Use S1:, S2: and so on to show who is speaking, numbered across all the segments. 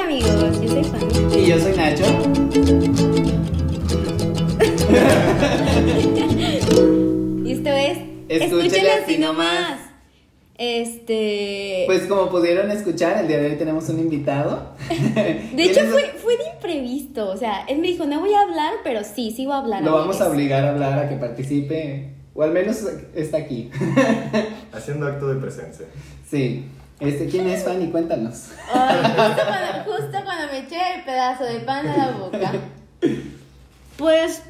S1: amigos, yo soy Fanny.
S2: Y yo soy Nacho.
S1: Y esto es.
S2: Escúchela así nomás.
S1: Este.
S2: Pues como pudieron escuchar, el día de hoy tenemos un invitado.
S1: de hecho, fue, fue de imprevisto. O sea, él me dijo, no voy a hablar, pero sí, sí voy a hablar.
S2: Lo vamos a
S1: amigues".
S2: obligar a hablar, a que participe, o al menos está aquí.
S3: Haciendo acto de presencia.
S2: Sí. Este, ¿Quién es Fanny? Cuéntanos.
S1: Ay, Oh, justo, cuando, justo cuando me eché el pedazo de pan a la boca. Pues,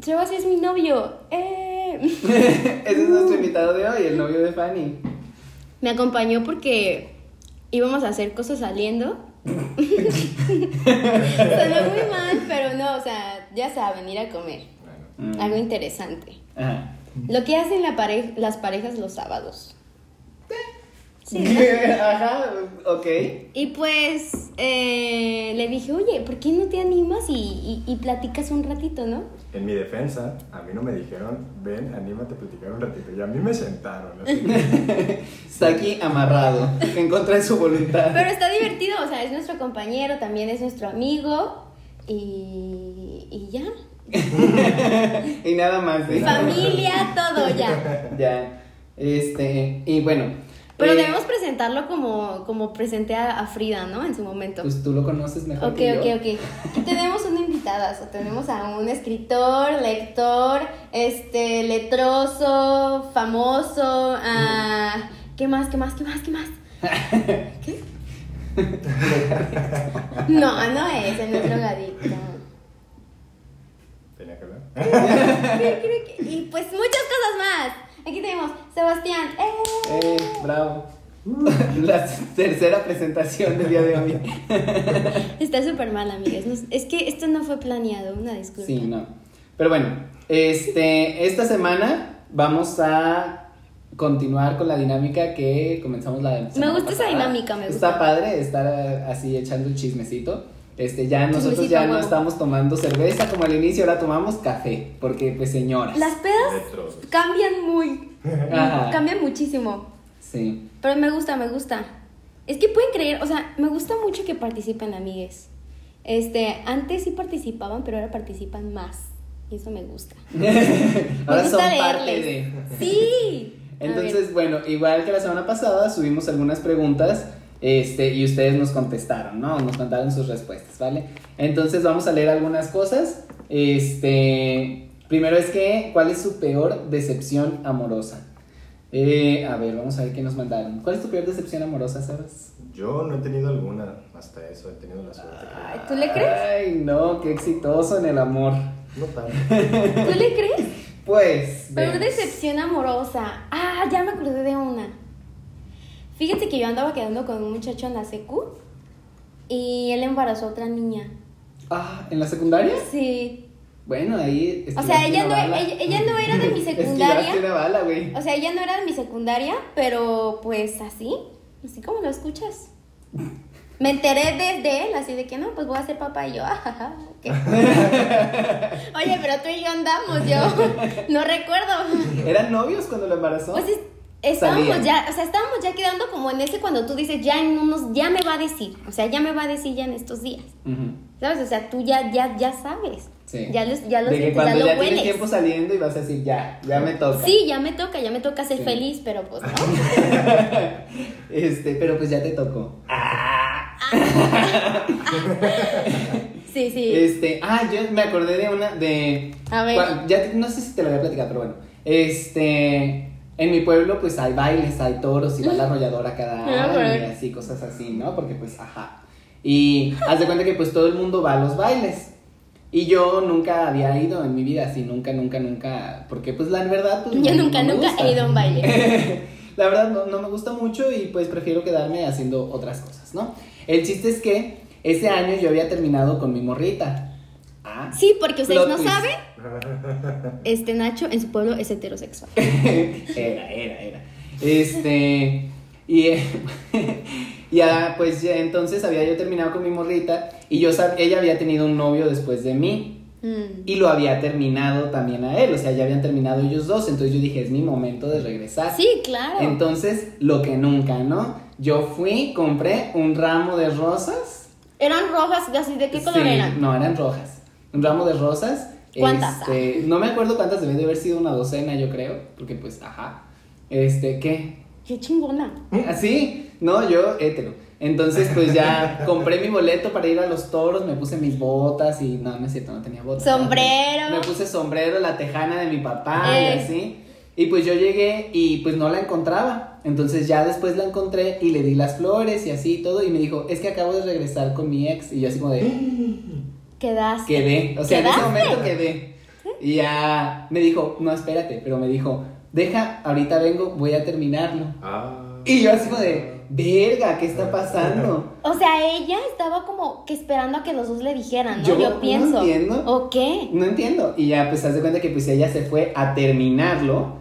S1: Sebas es mi novio. Eh.
S2: Ese es
S1: Uh.
S2: nuestro invitado de hoy, el novio de Fanny.
S1: Me acompañó porque íbamos a hacer cosas saliendo. Sonó muy mal, pero no, o sea, ya saben, ir a comer.
S3: Bueno,
S2: Mm.
S1: Algo interesante.
S2: Ajá.
S1: Lo que hacen la pare- las parejas los sábados. Sí.
S2: Ajá, ok.
S1: Y pues eh, le dije, oye, ¿por qué no te animas y, y- y platicas un ratito, no?
S3: en mi defensa, a mí no me dijeron, ven, anímate a platicar un ratito. Y a mí me sentaron. así que-
S2: Está aquí amarrado, en contra de su voluntad.
S1: Pero está divertido, o sea, es nuestro compañero, también es nuestro amigo y, y ya.
S2: Y nada más. ¿eh?
S1: Familia, todo ya.
S2: Ya. Este, y bueno.
S1: Pero
S2: eh,
S1: debemos presentarlo como, como presenté a, a Frida, ¿no? En su momento.
S2: Pues tú lo conoces mejor.
S1: ok,
S2: que
S1: ok,
S2: yo.
S1: ok. Aquí tenemos una invitada, o sea, tenemos a un escritor, lector, este, letroso, famoso, ah, ¿qué más, qué más, qué más, qué más? ¿Qué? No, no es, no es drogadicto.
S3: Tenía que hablar.
S1: Y pues muchas cosas más. Aquí tenemos Sebastián. ¡eh!
S2: Eh, bravo. La tercera presentación del día de hoy.
S1: Está súper mal, amigas. no- Es que esto no fue planeado, una disculpa.
S2: Sí, no. Pero bueno, este, esta semana vamos a continuar con la dinámica que comenzamos la
S1: Me
S2: semana
S1: gusta esa
S2: pasada.
S1: dinámica, me gusta.
S2: Está padre estar eh, así echando un chismecito. Este, ya nosotros
S1: Chismecito,
S2: ya no
S1: huevo.
S2: estamos tomando cerveza como al inicio, ahora tomamos café, porque pues señoras.
S1: Las pedas
S3: Letrosos.
S1: cambian muy,
S2: Ajá.
S1: cambian muchísimo.
S2: Sí.
S1: Pero me gusta, me gusta. Es que pueden creer, o sea, me gusta mucho que participen amigues. Este, antes sí participaban, pero ahora participan más. Y eso me gusta.
S2: Ahora
S1: me
S2: son
S1: gusta
S2: parte de.
S1: leerles. Sí. A ver.
S2: Entonces, bueno, igual que la semana pasada subimos algunas preguntas este, y ustedes nos contestaron, ¿no? Nos mandaron sus respuestas, ¿vale? Entonces vamos a leer algunas cosas. Este, primero es que, ¿cuál es su peor decepción amorosa? Eh, a ver, vamos a ver qué nos mandaron. ¿Cuál es tu peor decepción amorosa, sabes?
S3: Yo no he tenido alguna hasta eso, he tenido la suerte. que-
S1: Ay, ¿Tú le crees?
S2: Ay, no, qué exitoso en el amor.
S3: No tanto.
S1: ¿Tú le crees?
S2: Pues...
S1: Peor
S2: vemos.
S1: decepción amorosa. Ah, ya me acordé de una. Fíjate que yo andaba quedando con un muchacho en la secu y él embarazó a otra niña.
S2: Ah, ¿en la secundaria?
S1: Sí.
S2: Bueno, ahí...
S1: O sea,
S2: esquivaste
S1: ella no,
S2: una bala.
S1: ella, ella no era de mi
S2: Esquivaste
S1: secundaria.
S2: una bala, güey.
S1: O sea, ella no era de mi secundaria, pero pues así, así como lo escuchas. Me enteré desde él, así de que no, pues voy a ser papá y yo, ajaja, ok. Oye, pero tú y yo andamos, yo no recuerdo.
S2: ¿Eran novios cuando la embarazó?
S1: Pues es- estábamos
S2: Salían.
S1: ya, o sea, estábamos ya quedando como en ese cuando tú dices, ya en unos, ya me va a decir, o sea, ya me va a decir ya en estos días.
S2: Ujú,
S1: ¿Sabes? O sea, tú ya, ya, ya sabes.
S2: Sí.
S1: Ya los, ya lo
S2: de que
S1: sientes, ya
S2: cuando
S1: lo
S2: ya tienes
S1: hueles.
S2: tiempo saliendo y vas a decir, ya, ya me toca.
S1: Sí, ya me toca, ya me toca ser
S2: Sí.
S1: feliz, pero pues no.
S2: Este, pero pues ya te tocó.
S1: Sí, sí.
S2: Este, ah, yo me acordé de una, de...
S1: A ver.
S2: Cua- Ya, te- no sé si te lo voy a platicar, pero bueno. Este, en mi pueblo pues hay bailes, hay toros y va la arrolladora cada
S1: Ah,
S2: año y
S1: bueno.
S2: así, cosas así, ¿no? Porque pues, ajá. Y haz de cuenta que pues todo el mundo va a los bailes. Y yo nunca había ido en mi vida, así, nunca, nunca, nunca, porque pues la verdad... Pues,
S1: Yo
S2: no-
S1: nunca,
S2: no me
S1: nunca
S2: gusta.
S1: he ido a un baile.
S2: La verdad no, no me gusta mucho y pues prefiero quedarme haciendo otras cosas, ¿no? El chiste es que ese año yo había terminado con mi morrita. Ah.
S1: Sí, porque ustedes
S2: Plot
S1: no
S2: twist.
S1: saben, este Nacho en su pueblo es heterosexual.
S2: Era, era, era. Este. Y eh, ya, pues ya, entonces había yo terminado con mi morrita y yo sab- ella había tenido un novio después de mí.
S1: Mm.
S2: Y lo había terminado también a él, o sea, ya habían terminado ellos dos, entonces yo dije, es mi momento de regresar.
S1: Sí, claro.
S2: Entonces, lo que nunca, ¿no? Yo fui, compré un ramo de rosas
S1: Eran rojas, así de qué color
S2: Sí,
S1: eran.
S2: No, eran rojas. Un ramo de rosas.
S1: ¿Cuántas?
S2: Este, no me acuerdo cuántas deben de haber sido una docena, yo creo. Porque pues, ajá. Este, ¿qué?
S1: Qué chingona.
S2: Así, no, yo hétero. Entonces, pues ya compré mi boleto para ir a los toros, me puse mis botas y no, no es cierto, no tenía botas.
S1: Sombrero.
S2: Me puse sombrero, la tejana de mi papá
S1: Eh.
S2: y así. Y pues yo llegué y pues no la encontraba. Entonces ya después la encontré y le di las flores y así y todo. Y me dijo, es que acabo de regresar con mi ex. Y yo así como de,
S1: Quedaste.
S2: quedé. O sea, en ese
S1: ¿Quedaste?
S2: momento quedé. Y ya me dijo, no, espérate, pero me dijo, deja, ahorita vengo, voy a terminarlo.
S3: Ah.
S2: Y yo así como de, verga, ¿qué está pasando?
S1: O sea, ella estaba como que esperando a que los dos le dijeran, ¿no?
S2: Yo
S1: Yo,
S2: no
S1: pienso. Oh.
S2: entiendo.
S1: ¿O qué?
S2: No entiendo. Y ya, pues, haz de cuenta que pues ella se fue a terminarlo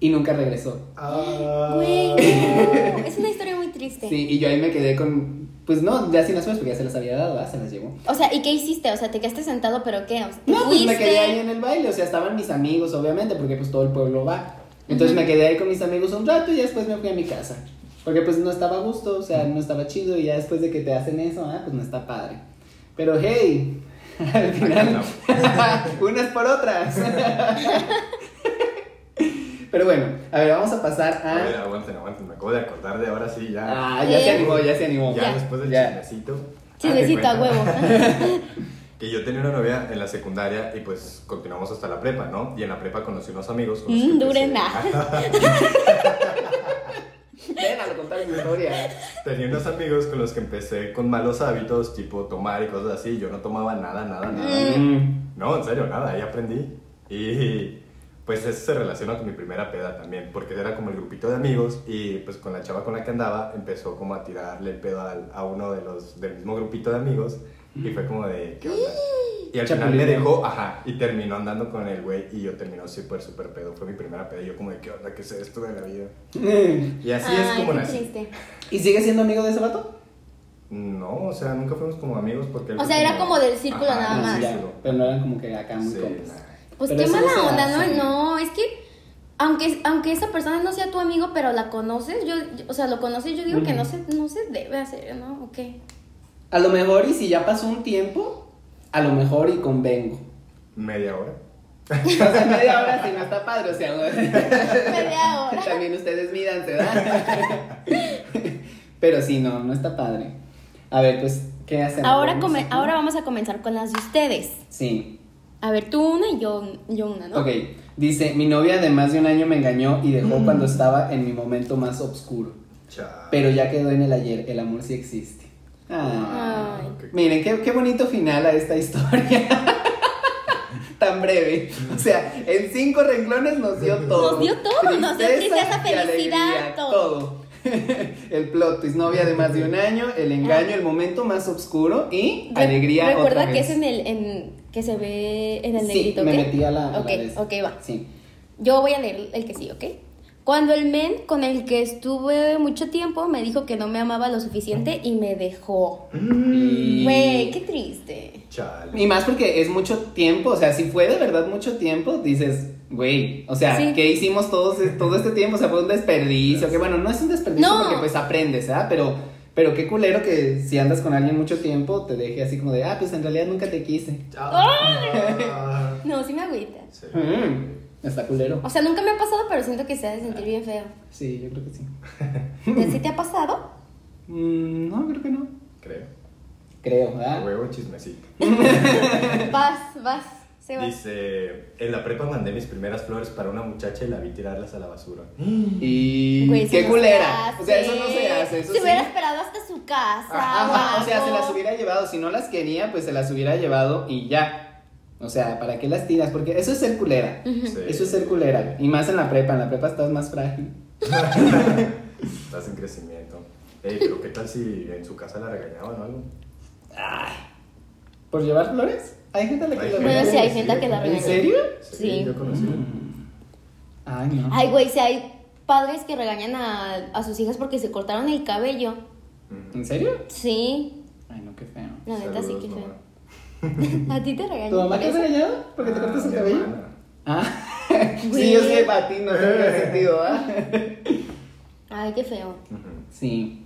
S2: y nunca regresó.
S3: Ah.
S1: Güey, no. Es una historia muy triste.
S2: Sí, y yo ahí me quedé con, pues no, ya sin las flores porque ya se las había dado, ¿verdad? se las llevó.
S1: O sea, ¿y qué hiciste? O sea, te quedaste sentado, pero ¿qué? O sea, ¿te
S2: No, pues me
S1: fuiste?
S2: quedé ahí en el baile, o sea, estaban mis amigos, obviamente, porque pues todo el pueblo va. Entonces me quedé ahí con mis amigos un rato y ya después me fui a mi casa. Porque pues no estaba a gusto, o sea, no estaba chido y ya después de que te hacen eso, ah, pues no está padre. Pero hey, al final, unas por otras. Pero bueno, a ver, vamos a pasar
S3: A ver,
S2: a...
S3: aguanten, aguanten. Me acabo de acordar de ahora sí, ya.
S2: Ah, ya se animó, ya se animó.
S3: ya,
S1: ya.
S3: después del chismecito.
S1: Chismecito
S3: Ah,
S1: a
S3: te cuento
S1: huevo.
S3: Que yo tenía una novia en la secundaria y pues continuamos hasta la prepa, ¿no? Y en la prepa conocí unos amigos. con los que
S1: Mm,
S3: empecé-
S1: duren, ah.
S2: Ven a contar mi historia.
S3: Tenía unos amigos con los que empecé con malos hábitos, tipo tomar y cosas así. Yo no tomaba nada, nada, nada.
S2: Mm,
S3: No, en serio, nada, ahí aprendí. Y pues eso se relaciona con mi primera peda también, porque era como el grupito de amigos y pues con la chava con la que andaba empezó como a tirarle el pedo al- a uno de los del mismo grupito de amigos y fue como de, ¿qué onda?
S1: Mm.
S3: Y al final me
S2: Chapulín.
S3: dejó, ajá, y terminó andando con el güey y yo terminó súper, súper pedo. Fue mi primera peda y yo como de, ¿qué onda? ¿Qué es esto de la vida?
S2: mm.
S3: Y así es
S1: Ay,
S3: como
S1: qué
S3: nací.
S1: triste.
S2: ¿Y sigue siendo amigo de ese vato?
S3: No, o sea, nunca fuimos como amigos porque... él
S1: O
S3: fue
S1: sea, era como del círculo nada
S2: Ah,
S1: más.
S2: sí, ya, pero no eran como que acá muy
S3: Sí,
S2: compas.
S3: nah.
S1: Pues
S2: Pero
S1: qué
S2: eso no se
S1: mala onda,
S2: hace.
S1: ¿no? No, es que aunque, aunque esa persona no sea tu amigo, pero la conoces, yo, yo- o sea, lo conoces, yo digo que no se, no se debe hacer, ¿no? ¿O qué?
S2: A lo mejor, y si ya pasó un tiempo, a lo mejor y convengo.
S3: Media hora.
S2: O sea, media hora si no está padre, o sea,
S1: Media hora.
S2: también ustedes mídanse, ¿verdad? Pero sí, no, no está padre. A ver, pues, ¿qué hacemos?
S1: Ahora,
S2: ¿Vamos
S1: come-
S2: aquí?
S1: ahora vamos a comenzar con las de ustedes.
S2: Sí,
S1: A ver, tú una y yo, un- yo una, ¿no?
S2: ok. Dice, mi novia de más de un año me engañó y dejó
S1: Mm.
S2: cuando estaba en mi momento más oscuro.
S3: Chao.
S2: Pero ya quedó en el ayer, el amor sí existe. Ah.
S1: Ay.
S3: Ok.
S2: Miren, qué, qué bonito final a esta historia. Tan breve. O sea, en cinco renglones nos dio todo.
S1: Nos dio todo, nos dio tristeza,
S2: y
S1: felicidad,
S2: alegría,
S1: todo.
S2: el plot twist, novia de más de un año, el engaño, el momento más oscuro y
S1: Ah. Re-
S2: alegría.
S1: Recuerda
S2: otra
S1: que
S2: vez.
S1: es en el en, que se ve en el
S2: Sí,
S1: negrito,
S2: me
S1: ¿ok?
S2: metí a la. a la
S1: Ok,
S2: vez.
S1: ok, va.
S2: Sí.
S1: Yo voy a leer el que sí, ¿ok? Cuando el men con el que estuve mucho tiempo me dijo que no me amaba lo suficiente y me dejó.
S2: Y-
S1: Mm, Güey, qué triste.
S3: Mm, Chale.
S2: Y más porque es mucho tiempo, o sea, si fue de verdad mucho tiempo, dices, güey, o sea,
S1: Sí.
S2: ¿qué hicimos todos, todo este tiempo? O sea, fue un desperdicio, que bueno, no es un desperdicio
S1: No.
S2: porque pues aprendes, ¿ah? Pero, pero qué culero que si andas con alguien mucho tiempo, te deje así como de, ah, pues en realidad nunca te quise.
S3: Ah.
S1: No, sí me agüita.
S3: Sí.
S2: Mm, está culero.
S1: O sea, nunca me ha pasado, pero siento que se ha de sentir bien feo.
S2: Sí, yo creo que sí.
S1: ¿Te- ¿Sí te ha pasado?
S2: Mm, no, creo que no.
S3: Creo.
S2: Creo, ¿verdad?
S3: Huevo chismecito.
S1: Vas, vas, se va.
S3: Dice, en la prepa mandé mis primeras flores para una muchacha y la vi tirarlas a la basura.
S2: Y
S1: Güey, eso
S2: qué
S1: no
S2: culera.
S1: se
S2: o sea, eso no se hace. Eso
S1: se
S2: sí.
S1: hubiera esperado hasta su casa.
S2: Ajá, o sea,
S1: algo.
S2: se las hubiera llevado. Si no las quería, pues se las hubiera llevado y ya. O sea, ¿para qué las tiras? Porque eso es ser culera.
S3: Sí.
S2: Eso es ser culera. Y más en la prepa. En la prepa estás más frágil.
S3: Estás en crecimiento. Ey, pero qué tal si en su casa la regañaban o algo.
S2: ¿Por llevar flores? Hay gente a la que
S3: Hay
S2: lo
S1: Bueno,
S2: regaña.
S1: sí, hay gente que la
S2: ¿En
S1: regaña.
S2: serio?
S3: Sí,
S1: Sí.
S3: yo conocí.
S2: Ay, no.
S1: Ay, güey, si hay padres que regañan a, a sus hijas porque se cortaron el cabello.
S2: ¿En serio?
S1: Sí,
S2: Ay, no, qué feo.
S1: la neta sí que
S3: Saludos,
S1: feo.
S3: mamá.
S1: ¿A ti te
S2: ¿Tu
S1: regañan
S2: mamá
S1: por
S2: te ha
S1: eso?
S2: regañado? ¿Porque te cortas
S3: Ah,
S2: el
S3: mi
S2: cabello?
S3: hermana.
S2: Ah.
S1: Güey.
S2: sí, yo sí, para ti no tiene sentido, ¿ah?
S1: Ay, qué feo.
S3: Ujú.
S2: Sí.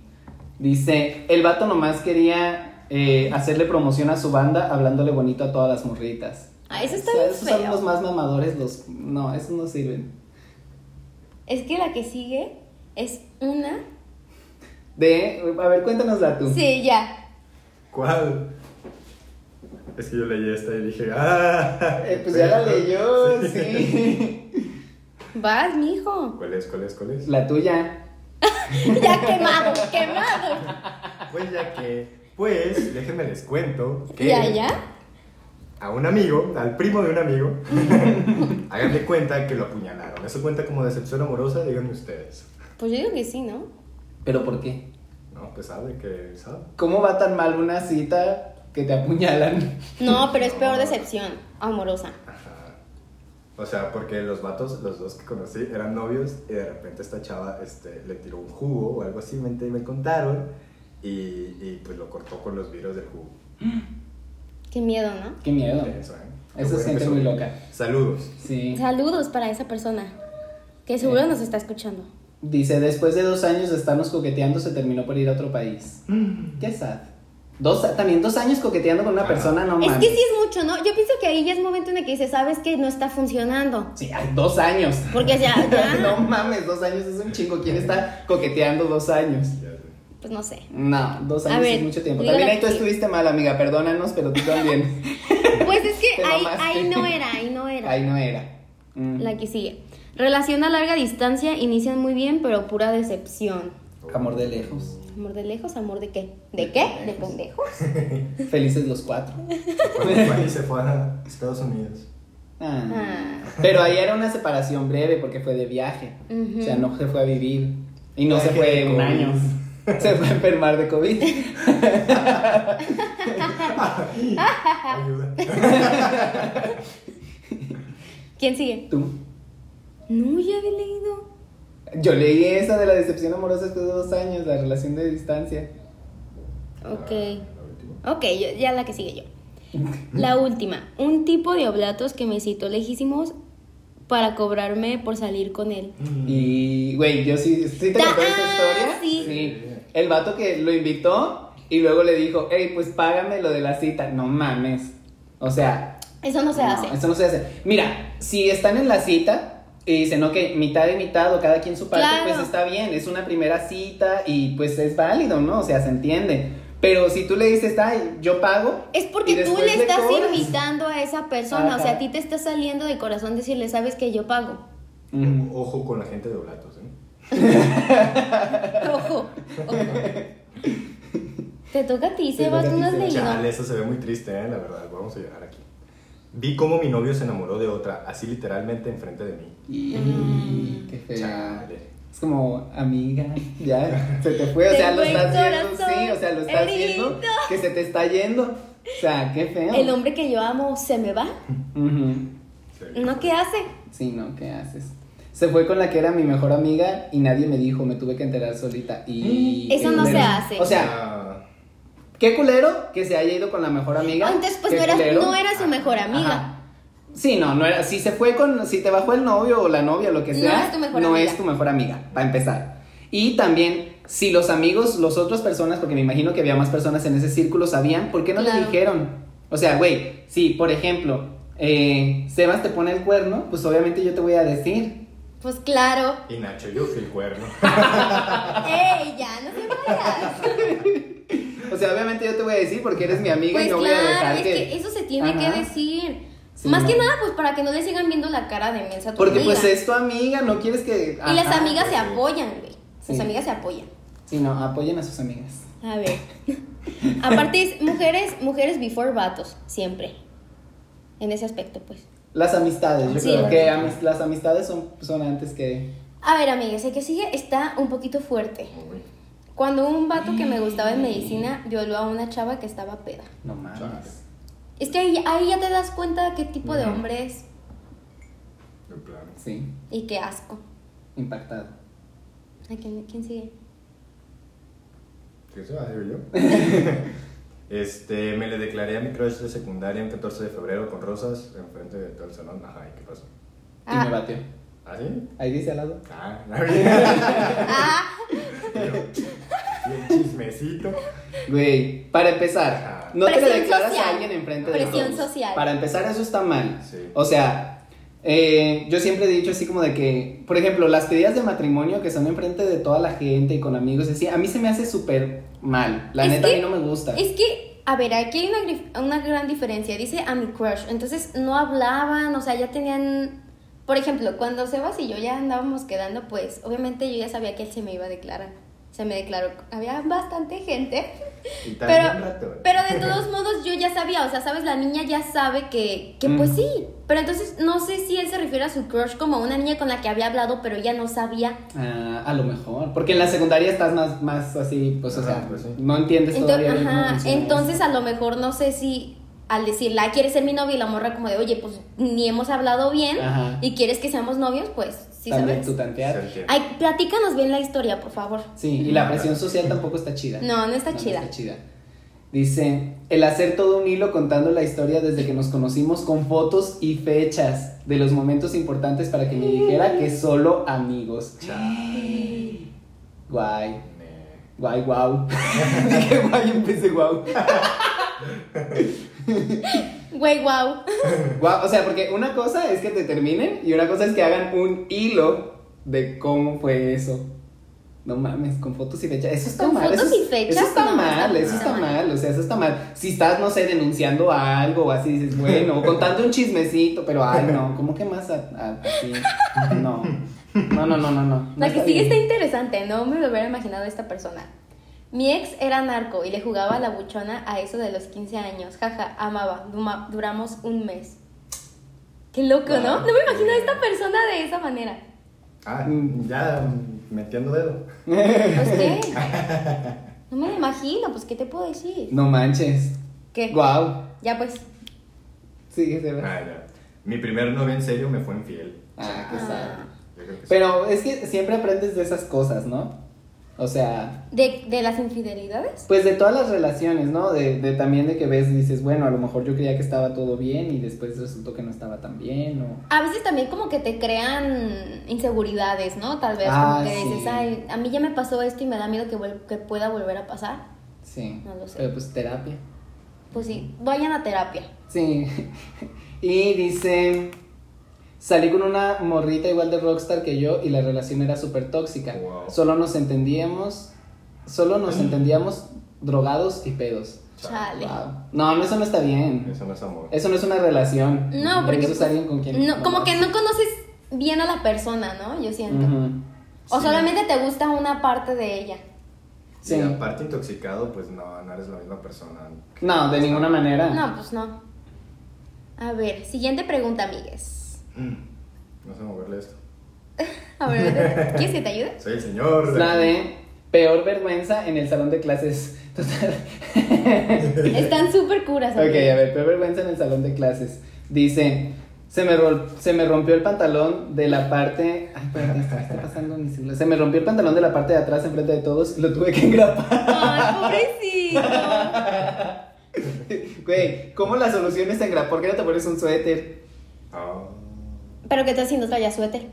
S2: Dice, el vato nomás quería eh, hacerle promoción a su banda hablándole bonito a todas las morritas.
S1: Ah, eso está
S2: O sea,
S1: bien
S2: esos son
S1: feo.
S2: los más mamadores, los... No, esos no sirven.
S1: Es que la que sigue es una.
S2: De... A ver, cuéntanosla tú.
S1: Sí, ya.
S3: ¿Cuál? Es que yo leí esta y dije, ¡ah!
S2: Eh, pues ya la leyó, sí.
S1: Vas, mijo.
S3: ¿Cuál es, cuál es, cuál es?
S2: La tuya.
S1: Ya quemado, quemado.
S3: Pues ya que, pues, déjenme les cuento que
S1: Ya, ya.
S3: a un amigo, al primo de un amigo, háganle cuenta que lo apuñalaron. Eso cuenta como decepción amorosa, díganme ustedes.
S1: Pues yo digo que sí, ¿no?
S2: ¿Pero por qué?
S3: No, pues sabe que sabe.
S2: ¿Cómo va tan mal una cita que te apuñalan?
S1: No, pero es peor decepción amorosa.
S3: Ajá. O sea, porque los vatos, los dos que conocí, eran novios y de repente esta chava este, le tiró un jugo o algo así, me, me contaron, y, y pues lo cortó con los virus del jugo.
S1: Qué miedo, ¿no?
S2: Qué miedo.
S3: Eso,
S2: Eso
S3: ¿eh? Bueno,
S2: es gente
S3: empezó.
S2: muy loca.
S3: Saludos.
S2: Sí.
S1: Saludos para esa persona que seguro
S2: Sí.
S1: nos está escuchando.
S2: Dice, después de dos años de estarnos coqueteando, se terminó por ir a otro país. Qué sad. Dos, también dos años coqueteando con una
S3: Ajá.
S2: persona, no
S1: Es
S2: mames.
S1: que sí es mucho, ¿no? Yo pienso que ahí ya es momento en el que dices, sabes que no está funcionando.
S2: Sí, ay, dos años.
S1: Porque ya,
S2: no
S1: ya,
S2: mames, dos años es un chingo. ¿Quién está coqueteando dos años?
S3: Ya sé.
S1: pues no sé.
S2: No, dos
S1: A
S2: años
S1: ver,
S2: es mucho tiempo.
S1: dígale
S2: También ahí tú
S1: aquí.
S2: estuviste mal, amiga, perdónanos, pero tú también.
S1: Pues es que
S2: Te
S1: ahí,
S2: mamaste.
S1: ahí no era, ahí no era.
S2: Ahí no era. Mm.
S1: La que sigue. Relación a larga distancia, inician muy bien, pero pura decepción.
S2: Oh. Amor de lejos.
S1: Amor de lejos, amor de qué? ¿De qué? De pendejos.
S2: Felices los cuatro.
S3: Cuando fue y se fue a Estados Unidos.
S2: Ah.
S1: Ah.
S2: Pero ahí era una separación breve porque fue de viaje.
S1: Ujú.
S2: O sea, no se fue a vivir. Y no se
S3: Viaje
S2: fue
S3: de
S2: un
S3: COVID.
S2: año. Se fue a enfermar de COVID.
S3: Ayuda.
S1: ¿Quién sigue?
S2: Tú.
S1: No, ya había leído.
S2: Yo leí esa de la decepción amorosa después de dos años, la relación de distancia.
S3: Ah,
S1: Ok. Ok, yo- ya la que sigue yo. La última. Un tipo de oblatos que me citó lejísimos para cobrarme por salir con él.
S3: Y
S2: Y, güey, yo sí, sí te
S1: Ta-
S2: conté esa
S1: ah,
S2: historia.
S1: sí.
S2: El vato que lo invitó y luego le dijo, hey, pues págame lo de la cita. No mames. O sea,
S1: Eso no se
S2: No,
S1: hace.
S2: Eso no se hace. Mira, si están en la cita y dicen, ok, mitad y mitad o cada quien su parte,
S1: Claro.
S2: pues está bien, es una primera cita y pues es válido, ¿no? O sea, se entiende. Pero si tú le dices, ay, yo pago.
S1: Es
S2: y
S1: porque tú
S2: después
S1: le estás
S2: cobras.
S1: invitando a esa persona, o sea,
S2: Ajá.
S1: a ti te está saliendo de corazón decirle, sabes que yo pago.
S2: Mm.
S3: Ojo con la gente de Oblatos, ¿eh?
S1: Ojo, ojo. Te toca a ti,
S2: Te toca
S1: Sebas,
S2: a
S1: tú
S2: ti,
S1: no has
S2: Sebas.
S1: leído.
S3: Chale, eso se ve muy triste, ¿eh? La verdad, vamos a llegar aquí. Vi cómo mi novio se enamoró de otra, así literalmente enfrente de mí.
S2: Y- Qué fea.
S3: Chale.
S2: Es como, amiga, ya, se te fue. O
S1: Te
S2: sea, lo
S1: fue el
S2: estás viendo,
S1: corazón,
S2: sí, o sea, lo estás
S1: el
S2: viendo,
S1: grito.
S2: que se te está yendo. O sea, qué feo.
S1: El hombre que yo amo se me va.
S2: Ujú.
S3: Sí.
S1: ¿No qué hace?
S2: Sí, no, ¿qué haces? Se fue con la que era mi mejor amiga y nadie me dijo, me tuve que enterar solita. Y.
S1: Mm, eso
S2: qué
S1: no se
S2: culero.
S1: hace.
S2: O sea,
S3: Ah,
S2: qué culero que se haya ido con la mejor amiga.
S1: Ah, entonces, pues
S2: qué
S1: no eras,
S2: culero.
S1: no eras su mejor amiga.
S2: Ajá. Sí, no, no era. Si se fue con. Si te bajó el novio o la novia, lo que
S1: No
S2: sea.
S1: es tu mejor
S2: no
S1: amiga.
S2: es tu mejor amiga, para empezar. Y también, si los amigos, los otras personas, porque me imagino que había más personas en ese círculo, sabían, ¿por qué no
S1: Claro.
S2: te dijeron? O sea, güey, si por ejemplo, eh, Sebas te pone el cuerno, pues obviamente yo te voy a decir.
S1: Pues claro.
S3: Y Nacho, yo fui el cuerno.
S1: ¡Ey, ya! No se vayas.
S2: O sea, obviamente yo te voy a decir porque eres mi amiga
S1: Pues
S2: y no voy a
S1: claro,
S2: dejar
S1: es
S2: que...
S1: que eso se tiene
S2: Ajá.
S1: que decir.
S2: Sí,
S1: Más
S2: no.
S1: que nada, pues para que no le sigan viendo la cara de mensa a tu
S2: Porque
S1: amiga.
S2: pues es tu amiga, no quieres que...
S1: Y las
S2: Ajá.
S1: amigas se
S3: pues sí.
S1: apoyan, güey. Sus
S2: Sí.
S1: amigas se apoyan.
S2: Sí, no, apoyen a sus amigas.
S1: A ver. Aparte, es mujeres, mujeres before vatos, siempre. En ese aspecto, pues.
S2: Las amistades, yo
S1: Ah, Sí.
S2: creo que amis- las amistades son, son antes que...
S1: A ver, amigas, el que sigue está un poquito fuerte.
S3: Uy,
S1: Cuando un vato que me gustaba en medicina violó a una chava que estaba peda.
S2: No mames.
S3: Chale.
S1: Es que ahí, ahí ya te das cuenta qué tipo de hombre es
S3: de plano.
S2: Sí,
S1: y qué asco.
S2: impactado.
S1: ¿A quién, quién sigue?
S3: ¿Qué se va a hacer yo? Este, me le declaré a mi crush de secundaria un 14 de febrero con rosas enfrente de todo el salón. Ajá, ¿y qué pasó?
S2: Y me
S1: Ah,
S2: batió.
S3: ¿Ah, sí?
S2: Ahí dice al lado.
S3: Ah, la vida.
S1: ah,
S3: Y el chismecito.
S2: Güey, para empezar,
S3: Ajá.
S2: no te
S1: Presión
S2: le declaras
S1: social.
S2: a alguien enfrente de
S1: Presión
S2: todos.
S1: social.
S2: Para empezar, eso está mal.
S3: Sí.
S2: O sea, eh, yo siempre he dicho así como de que, por ejemplo, las pedidas de matrimonio que son enfrente de toda la gente y con amigos, y así, a mí se me hace súper mal. La
S1: Es
S2: neta,
S1: que-
S2: a mí no me gusta.
S1: Es que, a ver, aquí hay una, gri- una gran diferencia. Dice a mi crush. Entonces no hablaban, o sea, ya tenían. Por ejemplo, cuando Sebas y yo ya andábamos quedando, pues obviamente yo ya sabía que él se me iba a declarar. Se me declaró. Había bastante gente.
S3: Y también
S1: Pero,
S3: ratón.
S1: pero de todos modos yo ya sabía, o sea, sabes, la niña ya sabe que, que
S2: Mm.
S1: pues sí. Pero entonces no sé si él se refiere a su crush como a una niña con la que había hablado, pero ya no sabía.
S2: Ah, a lo mejor, porque en la secundaria estás más, más así, pues, o
S3: Ajá,
S2: sea,
S3: pues, sí.
S2: no entiendes
S1: Entonces,
S2: todavía. bien cómo
S1: ajá,
S2: funciona
S1: entonces
S2: eso.
S1: a lo mejor no sé si al decirla "Ah, quieres ser mi novia y la morra como de, oye, pues ni hemos hablado bien
S2: Ajá.
S1: y quieres que seamos novios, pues sí
S2: También
S1: sabes.
S2: tú
S3: Se
S2: tantear.
S3: entiende.
S1: Ay, platícanos bien la historia, por favor.
S2: Sí, y la presión social tampoco está chida.
S1: No, no está
S2: No, no
S1: chida.
S2: está chida. Dice, el hacer todo un hilo contando la historia desde que nos conocimos con fotos y fechas de los momentos importantes para que me dijera que solo amigos.
S3: Chale.
S2: Guay,
S3: Ne.
S2: guay, guau. Dije guay, empecé guau.
S1: Güey, wow.
S2: Guau, o sea, porque una cosa es que te terminen y una cosa es que hagan un hilo de cómo fue eso. No mames, con fotos y fechas. Eso está
S1: Con
S2: mal.
S1: fotos
S2: eso, es-
S1: y fechas,
S2: Eso está
S1: no,
S2: mal,
S1: está- está
S2: eso está
S1: mal.
S2: mal. O sea, eso está mal. Si estás, no sé, denunciando algo o así, dices, bueno, o contando un chismecito, pero ay, no, ¿cómo que más a- a- así? No. No, no, no, no, no.
S1: La que
S2: No
S1: sigue
S2: está
S1: este-
S2: bien.
S1: está interesante, no me lo hubiera imaginado esta persona. Mi ex era narco y le jugaba a la buchona a eso de los 15 años. Jaja, amaba. Duma- duramos un mes. Qué loco, ¿no? No me imagino a esta persona de esa manera.
S3: Ah,
S2: Mm.
S3: ya mm, metiendo dedo.
S1: Pues qué. No me lo imagino, pues qué te puedo decir.
S2: No manches.
S1: ¿Qué?
S2: Guau.
S1: Ya pues.
S2: Sí, se ve.
S3: Ah, ya. Mi primer novio en serio me fue infiel.
S2: Ah, qué sad.
S3: Yo creo que sí.
S2: Pero es que siempre aprendes de esas cosas, ¿no? O sea,
S1: ¿De, de las infidelidades?
S2: Pues de todas las relaciones, ¿no? De, de también de que ves y dices, bueno, a lo mejor yo creía que estaba todo bien y después resultó que no estaba tan bien o...
S1: A veces también como que te crean inseguridades, ¿no? Tal vez
S2: Ah,
S1: como que dices,
S2: sí.
S1: ay, a mí ya me pasó esto y me da miedo que, vuel- que pueda volver a pasar.
S2: Sí.
S1: No lo sé.
S2: Pero pues terapia.
S1: Pues sí, vayan a terapia.
S2: Sí. y dice, salí con una morrita igual de rockstar que yo y la relación era súper tóxica.
S3: Wow.
S2: Solo nos entendíamos, solo nos entendíamos drogados y pedos.
S1: Chale.
S2: Wow. No, no, eso no está bien.
S3: Eso no es amor.
S2: Eso no es una relación.
S1: No, porque
S2: Eso es
S1: pues,
S2: alguien con quien...
S1: no, como que
S2: vas.
S1: no conoces bien a la persona, ¿no? Yo siento.
S2: Ujú.
S1: O
S2: Sí.
S1: solamente te gusta una parte de ella.
S2: Sí.
S3: Y aparte intoxicado, pues no, no eres la misma persona.
S2: No, de ninguna manera.
S1: No, pues no. A ver, siguiente pregunta, amigues.
S3: Mm, No sé moverle esto.
S1: A ver, ¿quieres que te ayude?
S3: Soy el señor.
S2: La de peor vergüenza en el salón de clases. Total.
S1: Están súper curas.
S2: ok, a
S1: amigos.
S2: ver, peor vergüenza en el salón de clases. Dice, se me, rol- se me rompió el pantalón de la parte... Ay, espérate, esto me está pasando mi celular. Se me rompió el pantalón de la parte de atrás enfrente de todos. Lo tuve que engrapar.
S1: Ay, pobrecito.
S2: Güey, ¿cómo la solución es engrapar? ¿Por qué no te pones un suéter?
S3: Ah,
S1: Pero que te haciendo traía suéter.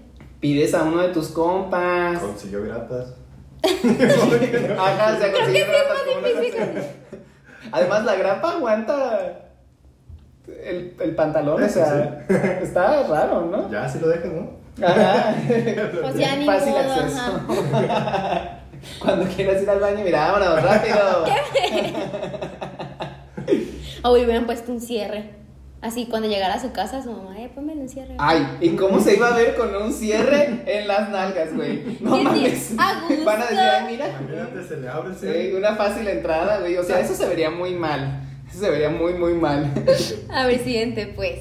S2: Pides a uno de tus compas.
S3: consiguió grapas.
S2: Ajá, se
S1: Creo que
S2: consiguió
S1: sí
S2: grapas,
S1: es
S2: ¿cómo
S1: más
S2: no?
S1: difícil.
S2: Además, la grapa aguanta el, el pantalón, o
S3: Sí,
S2: sea, está raro, ¿no?
S3: Ya, si lo dejas, ¿no?
S2: Ajá.
S1: Pues ya ni
S2: Fácil
S1: modo,
S2: acceso.
S1: ajá.
S2: Cuando quieras ir al baño, mira, vámonos, rápido.
S1: O le hubieran puesto un cierre. Así, cuando llegara a su casa, su mamá, eh, ponme un cierre.
S2: Ay, ¿y cómo se iba a ver con un cierre en las nalgas, güey? No
S1: Sí, sí,
S2: mames.
S1: a gusto.
S2: Van a decir, ay,
S3: Imagínate,
S2: mira.
S3: se le abre el
S2: Sí,
S3: cielo.
S2: una fácil entrada, güey. O sea, eso se vería muy mal. Eso se vería muy, muy mal.
S1: A ver, siguiente, pues.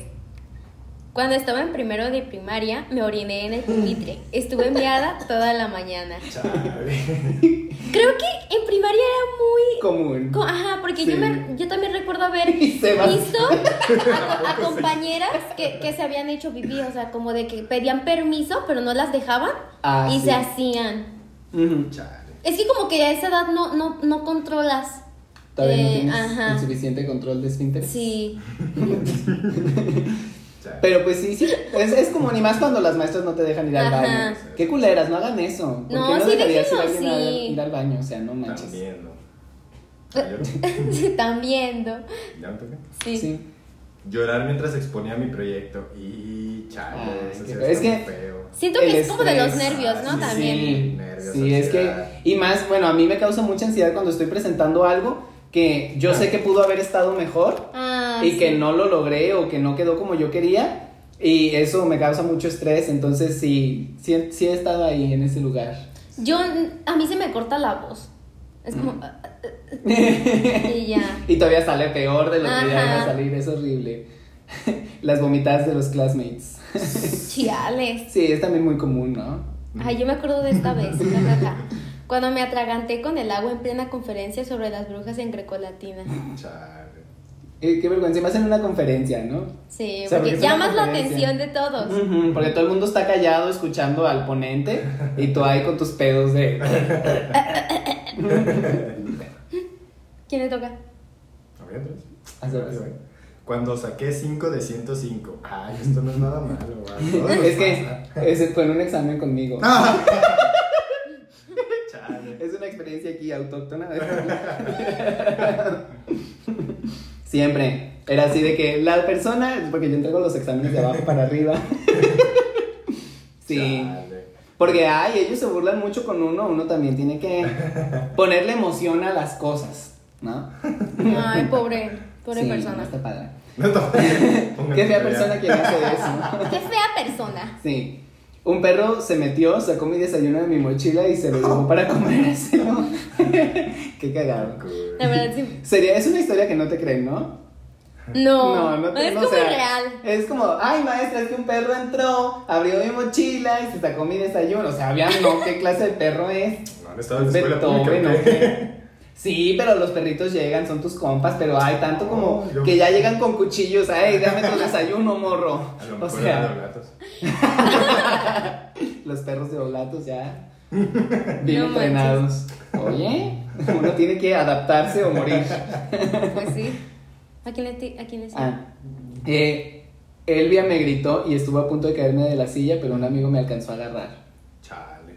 S1: Cuando estaba en primero de primaria, me oriné en el pupitre. Estuve meada toda la mañana.
S3: Chale.
S1: Creo que en primaria era muy...
S2: Común.
S1: co- Ajá, porque
S2: Sí.
S1: yo, me- yo también recuerdo haber
S2: Y se va.
S1: visto a, a compañeras que, que se habían hecho pipí, o sea, como de que pedían permiso, pero no las dejaban
S2: Ah,
S1: y
S2: sí.
S1: se hacían.
S2: Ujú.
S3: Chale.
S1: Es que como que a esa edad no, no, no controlas.
S2: Todavía no
S1: Eh,
S2: tienes
S1: ajá.
S2: el suficiente control de esfínteres.
S1: Sí.
S3: sea,
S2: Pero pues sí, sí, es, es como ni más cuando las maestras no te dejan ir al
S1: Ajá.
S2: baño. Qué culeras, no hagan eso. ¿Por
S1: No,
S2: qué no
S1: sí,
S2: dejarías ir a
S1: déjenlo,
S2: alguien a-
S1: sí.
S2: ir al baño? O sea, no manches.
S3: también, ¿no? Ah, llor-
S1: Se están viendo.
S3: ¿Ya me toqué?
S1: Sí.
S2: Sí.
S3: Llorar mientras exponía mi proyecto. Y
S2: Ay,
S3: chale, eso
S2: qué
S3: sí
S2: feo. Es
S3: está
S2: que-
S3: feo.
S1: Siento que
S2: El
S1: es como de los
S2: estrés.
S1: nervios, ¿no?
S3: Ah, sí,
S1: También.
S2: Sí,
S3: Nervios,
S2: sí, es que.
S3: ansiedad.
S2: Y más, bueno, a mí me causa mucha ansiedad cuando estoy presentando algo que yo sé que pudo haber estado mejor
S1: Ah,
S2: y
S1: sí.
S2: que no lo logré o que no quedó como yo quería. Y eso me causa mucho estrés. Entonces, sí, sí, he- sí he estado ahí en ese lugar.
S1: Yo, a mí se me corta la voz. Es como... ah, ah,
S2: Mm.
S1: ah, y ya.
S2: Y todavía sale peor de lo que ya iba a
S1: Ajá.
S2: salir, es horrible. Las vomitadas de los classmates.
S1: Chiales.
S2: Sí, es también muy común, ¿no?
S1: Ay, yo me acuerdo de esta vez. ja, ja, ja. Cuando me atraganté con el agua en plena conferencia sobre las brujas en grecolatina.
S3: Chale.
S2: Eh, qué vergüenza, y más en una conferencia, ¿no?
S1: Sí,
S2: O sea, porque
S1: porque
S2: es una
S1: llamas la
S2: conferencia.
S1: atención de todos.
S2: Ujú, Porque todo el mundo está callado escuchando al ponente y tú ahí con tus pedos de...
S1: ¿Quién le toca?
S3: ¿Había tres?
S2: Hace rato.
S3: Cuando saqué 5 de 105. Ay, esto no es nada malo. va, todo nos
S2: es que
S3: pasa. Ah.
S2: ese fue en un examen conmigo.
S3: Chale.
S2: Es una experiencia aquí autóctona. Siempre. Era así de que la persona, porque yo entrego los exámenes de abajo para arriba. Sí.
S3: Chale.
S2: Porque, ay, ellos se burlan mucho con uno, uno también tiene que ponerle emoción a las cosas, ¿no?
S1: Ay, pobre, pobre
S2: Sí, no
S1: persona.
S2: está padre.
S3: No, no.
S2: Qué fea persona quien hace eso.
S1: Qué fea persona.
S2: Sí. Un perro se metió, sacó mi desayuno de mi mochila y se lo llevó para comérselo. Qué cagado.
S1: La verdad, sí.
S2: Sería, es una historia que no te creen, ¿no?
S1: No,
S2: te-
S1: es
S2: no,
S1: como
S2: o sea,
S1: irreal.
S2: Es como, ay maestra, es que un perro entró, abrió mi mochila y se sacó mi desayuno. O sea, vean, no, qué clase de perro es.
S3: No han estado en la escuela
S2: Beethoven, ¿no?
S3: pública. ¿o qué?
S2: Sí, pero los perritos llegan, son tus compas, pero hay tanto como
S3: No, yo-
S2: que ya llegan con cuchillos. Ay, dame tu desayuno, morro.
S3: A lo
S2: O
S3: mejor
S2: sea,
S3: eran los gatos.
S2: los perros de Olatos ya bien
S1: No
S2: entrenados. Oye, uno tiene que adaptarse o morir.
S1: Pues sí. ¿A quién le ti- a quién le
S2: Ah, eh, Elvia me gritó y estuvo a punto de caerme de la silla, pero un amigo me alcanzó a agarrar.
S3: Chale.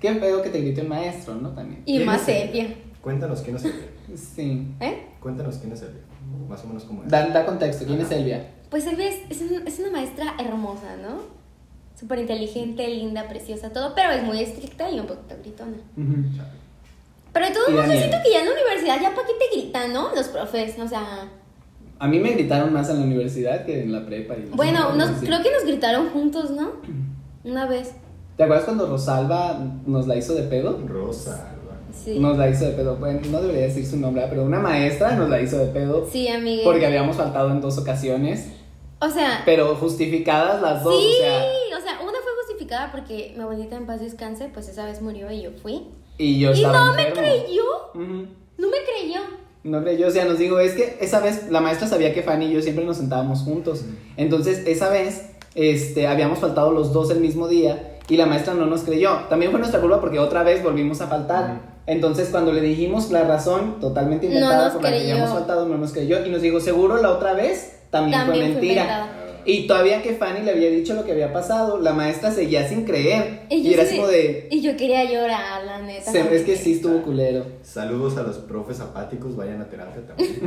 S2: Qué feo que te gritó el maestro, ¿no? También.
S1: Y
S3: ¿Quién
S1: más
S3: es el-
S1: sepia.
S3: Cuéntanos quién es Elvia.
S2: Sí.
S1: ¿Eh?
S3: Cuéntanos quién es Elvia. Más o menos cómo es.
S2: Da, da contexto, ¿quién es Elvia?
S1: Pues Elvia es, es un- es una maestra hermosa, ¿no? Súper inteligente, linda, preciosa, todo, pero es muy estricta y un poquito gritona.
S3: Chale.
S1: Pero de todos
S2: Y
S1: modos, yo
S2: Daniel.
S1: siento que ya en la universidad, ya para qué te gritan, ¿no? Los profes, o sea.
S2: A mí me gritaron más en la universidad que en la prepa. y-
S1: Bueno, nos-
S2: Pues Sí.
S1: creo que nos gritaron juntos, ¿no? Una vez.
S2: ¿Te acuerdas cuando Rosalba nos la hizo de pedo?
S3: Rosa. Alba.
S1: Sí.
S2: Nos la hizo de pedo. Bueno, no debería decir su nombre, ¿verdad? pero una maestra nos la hizo de pedo
S1: Sí, amiga.
S2: porque habíamos faltado en dos ocasiones,
S1: O sea,
S2: pero justificadas las dos.
S1: sí,
S2: O sea,
S1: o sea, una fue justificada porque mi abuelita en paz descanse, pues esa vez murió y yo fui.
S2: y yo
S1: y
S2: estaba
S1: no me
S2: enfermo.
S1: creyó,
S2: Ujú.
S1: no me creyó.
S2: No creyó, o sea, nos digo, es que esa vez la maestra sabía que Fanny y yo siempre nos sentábamos juntos. Entonces, esa vez, este, habíamos faltado los dos el mismo día y la maestra no nos creyó. También fue nuestra culpa porque otra vez volvimos a faltar. Entonces, cuando le dijimos la razón totalmente
S1: No
S2: inventada
S1: nos
S2: por la que
S1: creyó.
S2: habíamos faltado, no nos creyó. Y nos dijo, seguro la otra vez también,
S1: También
S2: fue
S1: fue
S2: mentira.
S1: inventada.
S2: y todavía que Fanny le había dicho lo que había pasado, la maestra seguía sin creer. Y,
S1: yo
S2: era
S1: sí
S2: como
S1: de-
S2: de,
S1: Y yo quería llorar, la neta.
S2: "Se- es que
S1: porque-
S2: sí estuvo culero.
S3: Saludos a los profes apáticos. Vayan a terapia también.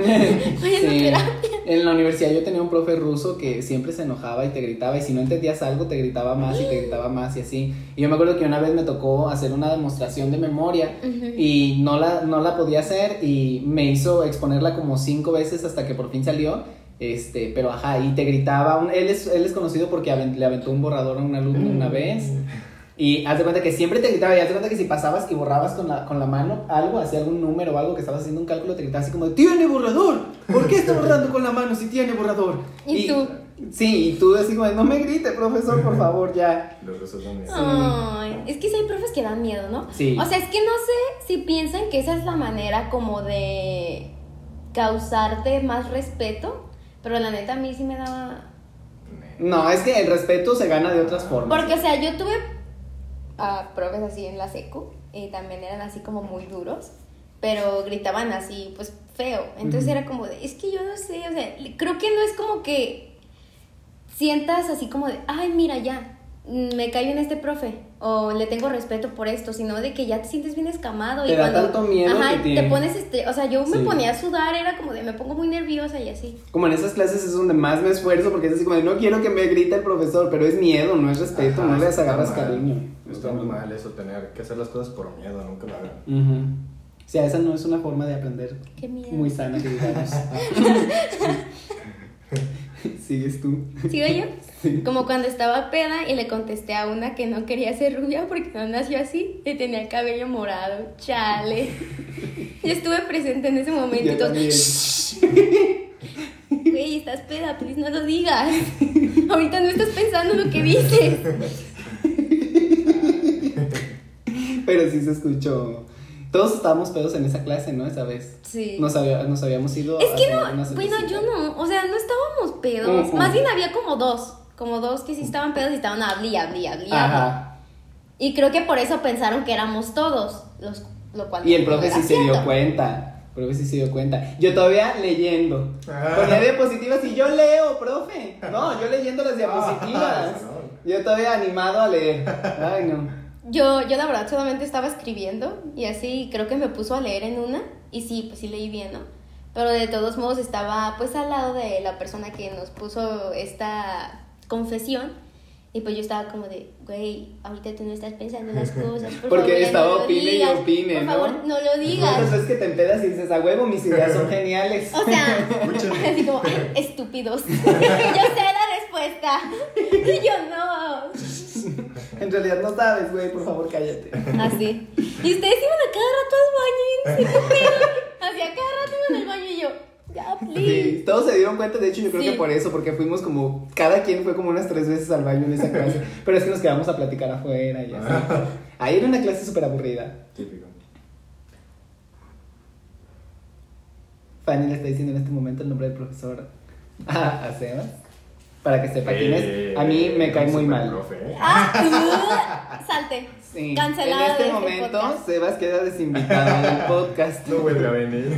S1: Vayan a
S2: Sí.
S1: terapia.
S2: En la universidad yo tenía un profe ruso que siempre se enojaba y te gritaba y si no entendías algo te gritaba más y te gritaba más y así. Y yo me acuerdo que una vez me tocó hacer una demostración de memoria
S1: Ujú.
S2: y no la, no la podía hacer y me hizo exponerla como cinco veces hasta que por fin salió. Este, pero ajá, y te gritaba. un- él, es, él es conocido porque aven- le aventó un borrador a un alumno una vez. Y haz de cuenta que siempre te gritaba, y haz de cuenta que si pasabas y borrabas con la, con la mano algo, hacía algún número o algo que estabas haciendo un cálculo, te gritaba así como, ¡Tiene borrador! ¿Por qué está borrando con la mano si tiene borrador?
S1: ¿Y tú?
S2: Sí, y tú decís como, no me grite, profesor, por favor, ya.
S3: Los rusos son míos.
S1: Ay, es que sí hay profes que dan miedo, ¿no?
S2: Sí.
S1: O sea, es que no sé si piensan que esa es la manera como de causarte más respeto, pero la neta a mí sí me daba...
S2: No, es que el respeto se gana de otras formas.
S1: Porque, o sea, yo tuve a profes así en la secu y también eran así como muy duros, pero gritaban así, pues feo. Entonces
S2: Ujú.
S1: era como de, es que yo no sé, o sea, creo que no es como que sientas así como de, ay, mira, ya, mm, me cae bien este profe, o le tengo respeto por esto, sino de que ya te sientes bien escamado.
S2: Te
S1: y
S2: da
S1: cuando,
S2: tanto miedo
S1: Ajá,
S2: que
S1: te
S2: te-
S1: pones, este, o sea, yo me
S2: Sí.
S1: ponía a sudar, era como de, me pongo muy nerviosa y así.
S2: Como en esas clases es donde más me esfuerzo porque es así como de, no quiero que me grite el profesor, pero es miedo, no es respeto,
S3: Ajá,
S2: no les
S3: está
S2: agarras
S3: mal.
S2: cariño.
S3: Está muy mal eso, tener que hacer las cosas por miedo, nunca lo hagan.
S2: Ujú. O sea, esa no es una forma de aprender
S1: Qué miedo.
S2: muy sana que digamos. Sigues tú.
S1: ¿Sigo yo? Como cuando estaba peda y le contesté a una que no quería ser rubia porque no nació así y tenía el cabello morado. Chale. Yo estuve presente en ese momento y
S2: Yo
S1: todo,
S2: también.
S1: güey, estás peda, please no lo digas. Ahorita no estás pensando lo que dices.
S2: Pero sí se escuchó. Todos estábamos pedos en esa clase, ¿no? Esa vez.
S1: Sí.
S2: Nos, había- nos habíamos ido.
S1: Es
S2: a
S1: que
S2: tomar una
S1: no, bueno, yo
S2: cervecita.
S1: no, o sea, no estábamos pedos.
S2: Ujú.
S1: Más bien había como dos, como dos que sí estaban pedos y estaban hablando y hablando y hablando.
S2: Ajá.
S1: Y creo que por eso pensaron que éramos todos, los, lo cual
S2: Y el
S1: no
S2: profe
S1: era
S2: sí se dio
S1: Ah, cierto.
S2: cuenta. El profe sí se dio cuenta. Yo todavía leyendo.
S3: Ah.
S2: Ponía diapositivas y yo leo, profe. No, yo leyendo las diapositivas.
S3: eso
S2: Yo todavía animado a leer. Ay, no.
S1: Yo, yo la verdad solamente estaba escribiendo y así creo que me puso a leer en una y sí, pues sí leí bien, ¿no? Pero de todos modos estaba pues al lado de la persona que nos puso esta confesión y pues yo estaba como de, güey, ahorita tú no estás pensando en las cosas. Por
S2: Porque
S1: favor, ya
S2: estaba
S1: no lo
S2: opine y
S1: digas,
S2: opine,
S1: Por
S2: ¿no?
S1: favor, no lo digas.
S2: Entonces es que te empedas y dices, a huevo, mis ideas son geniales.
S1: O sea,
S3: Escúchame.
S1: así como, "Ay, estúpidos. yo sé la respuesta. Y yo no.
S2: En realidad no sabes, güey, por favor, cállate.
S1: Así. Ah, Y ustedes iban a cada rato al baño. ¿sí? Así a cada rato iban al baño y yo, ya, please.
S2: Sí, todos se dieron cuenta, de hecho yo creo
S1: Sí.
S2: que por eso, porque fuimos como, cada quien fue como unas tres veces al baño en esa clase, pero es que nos quedamos a platicar afuera y así.
S3: Ah.
S2: Ahí era una clase súper aburrida.
S3: Típico.
S2: Fanny le está diciendo en este momento el nombre del profesor a, a Sebas, para que sepa quién es. A mí me
S3: Eh,
S2: cae muy
S3: super
S2: mal.
S3: profe, ¿eh?
S1: Ah, uh, salte.
S2: Sí.
S1: Cancelada
S2: en este
S1: de este
S2: momento
S1: podcast.
S2: Sebas queda desinvitado del podcast.
S3: No vuelve a venir.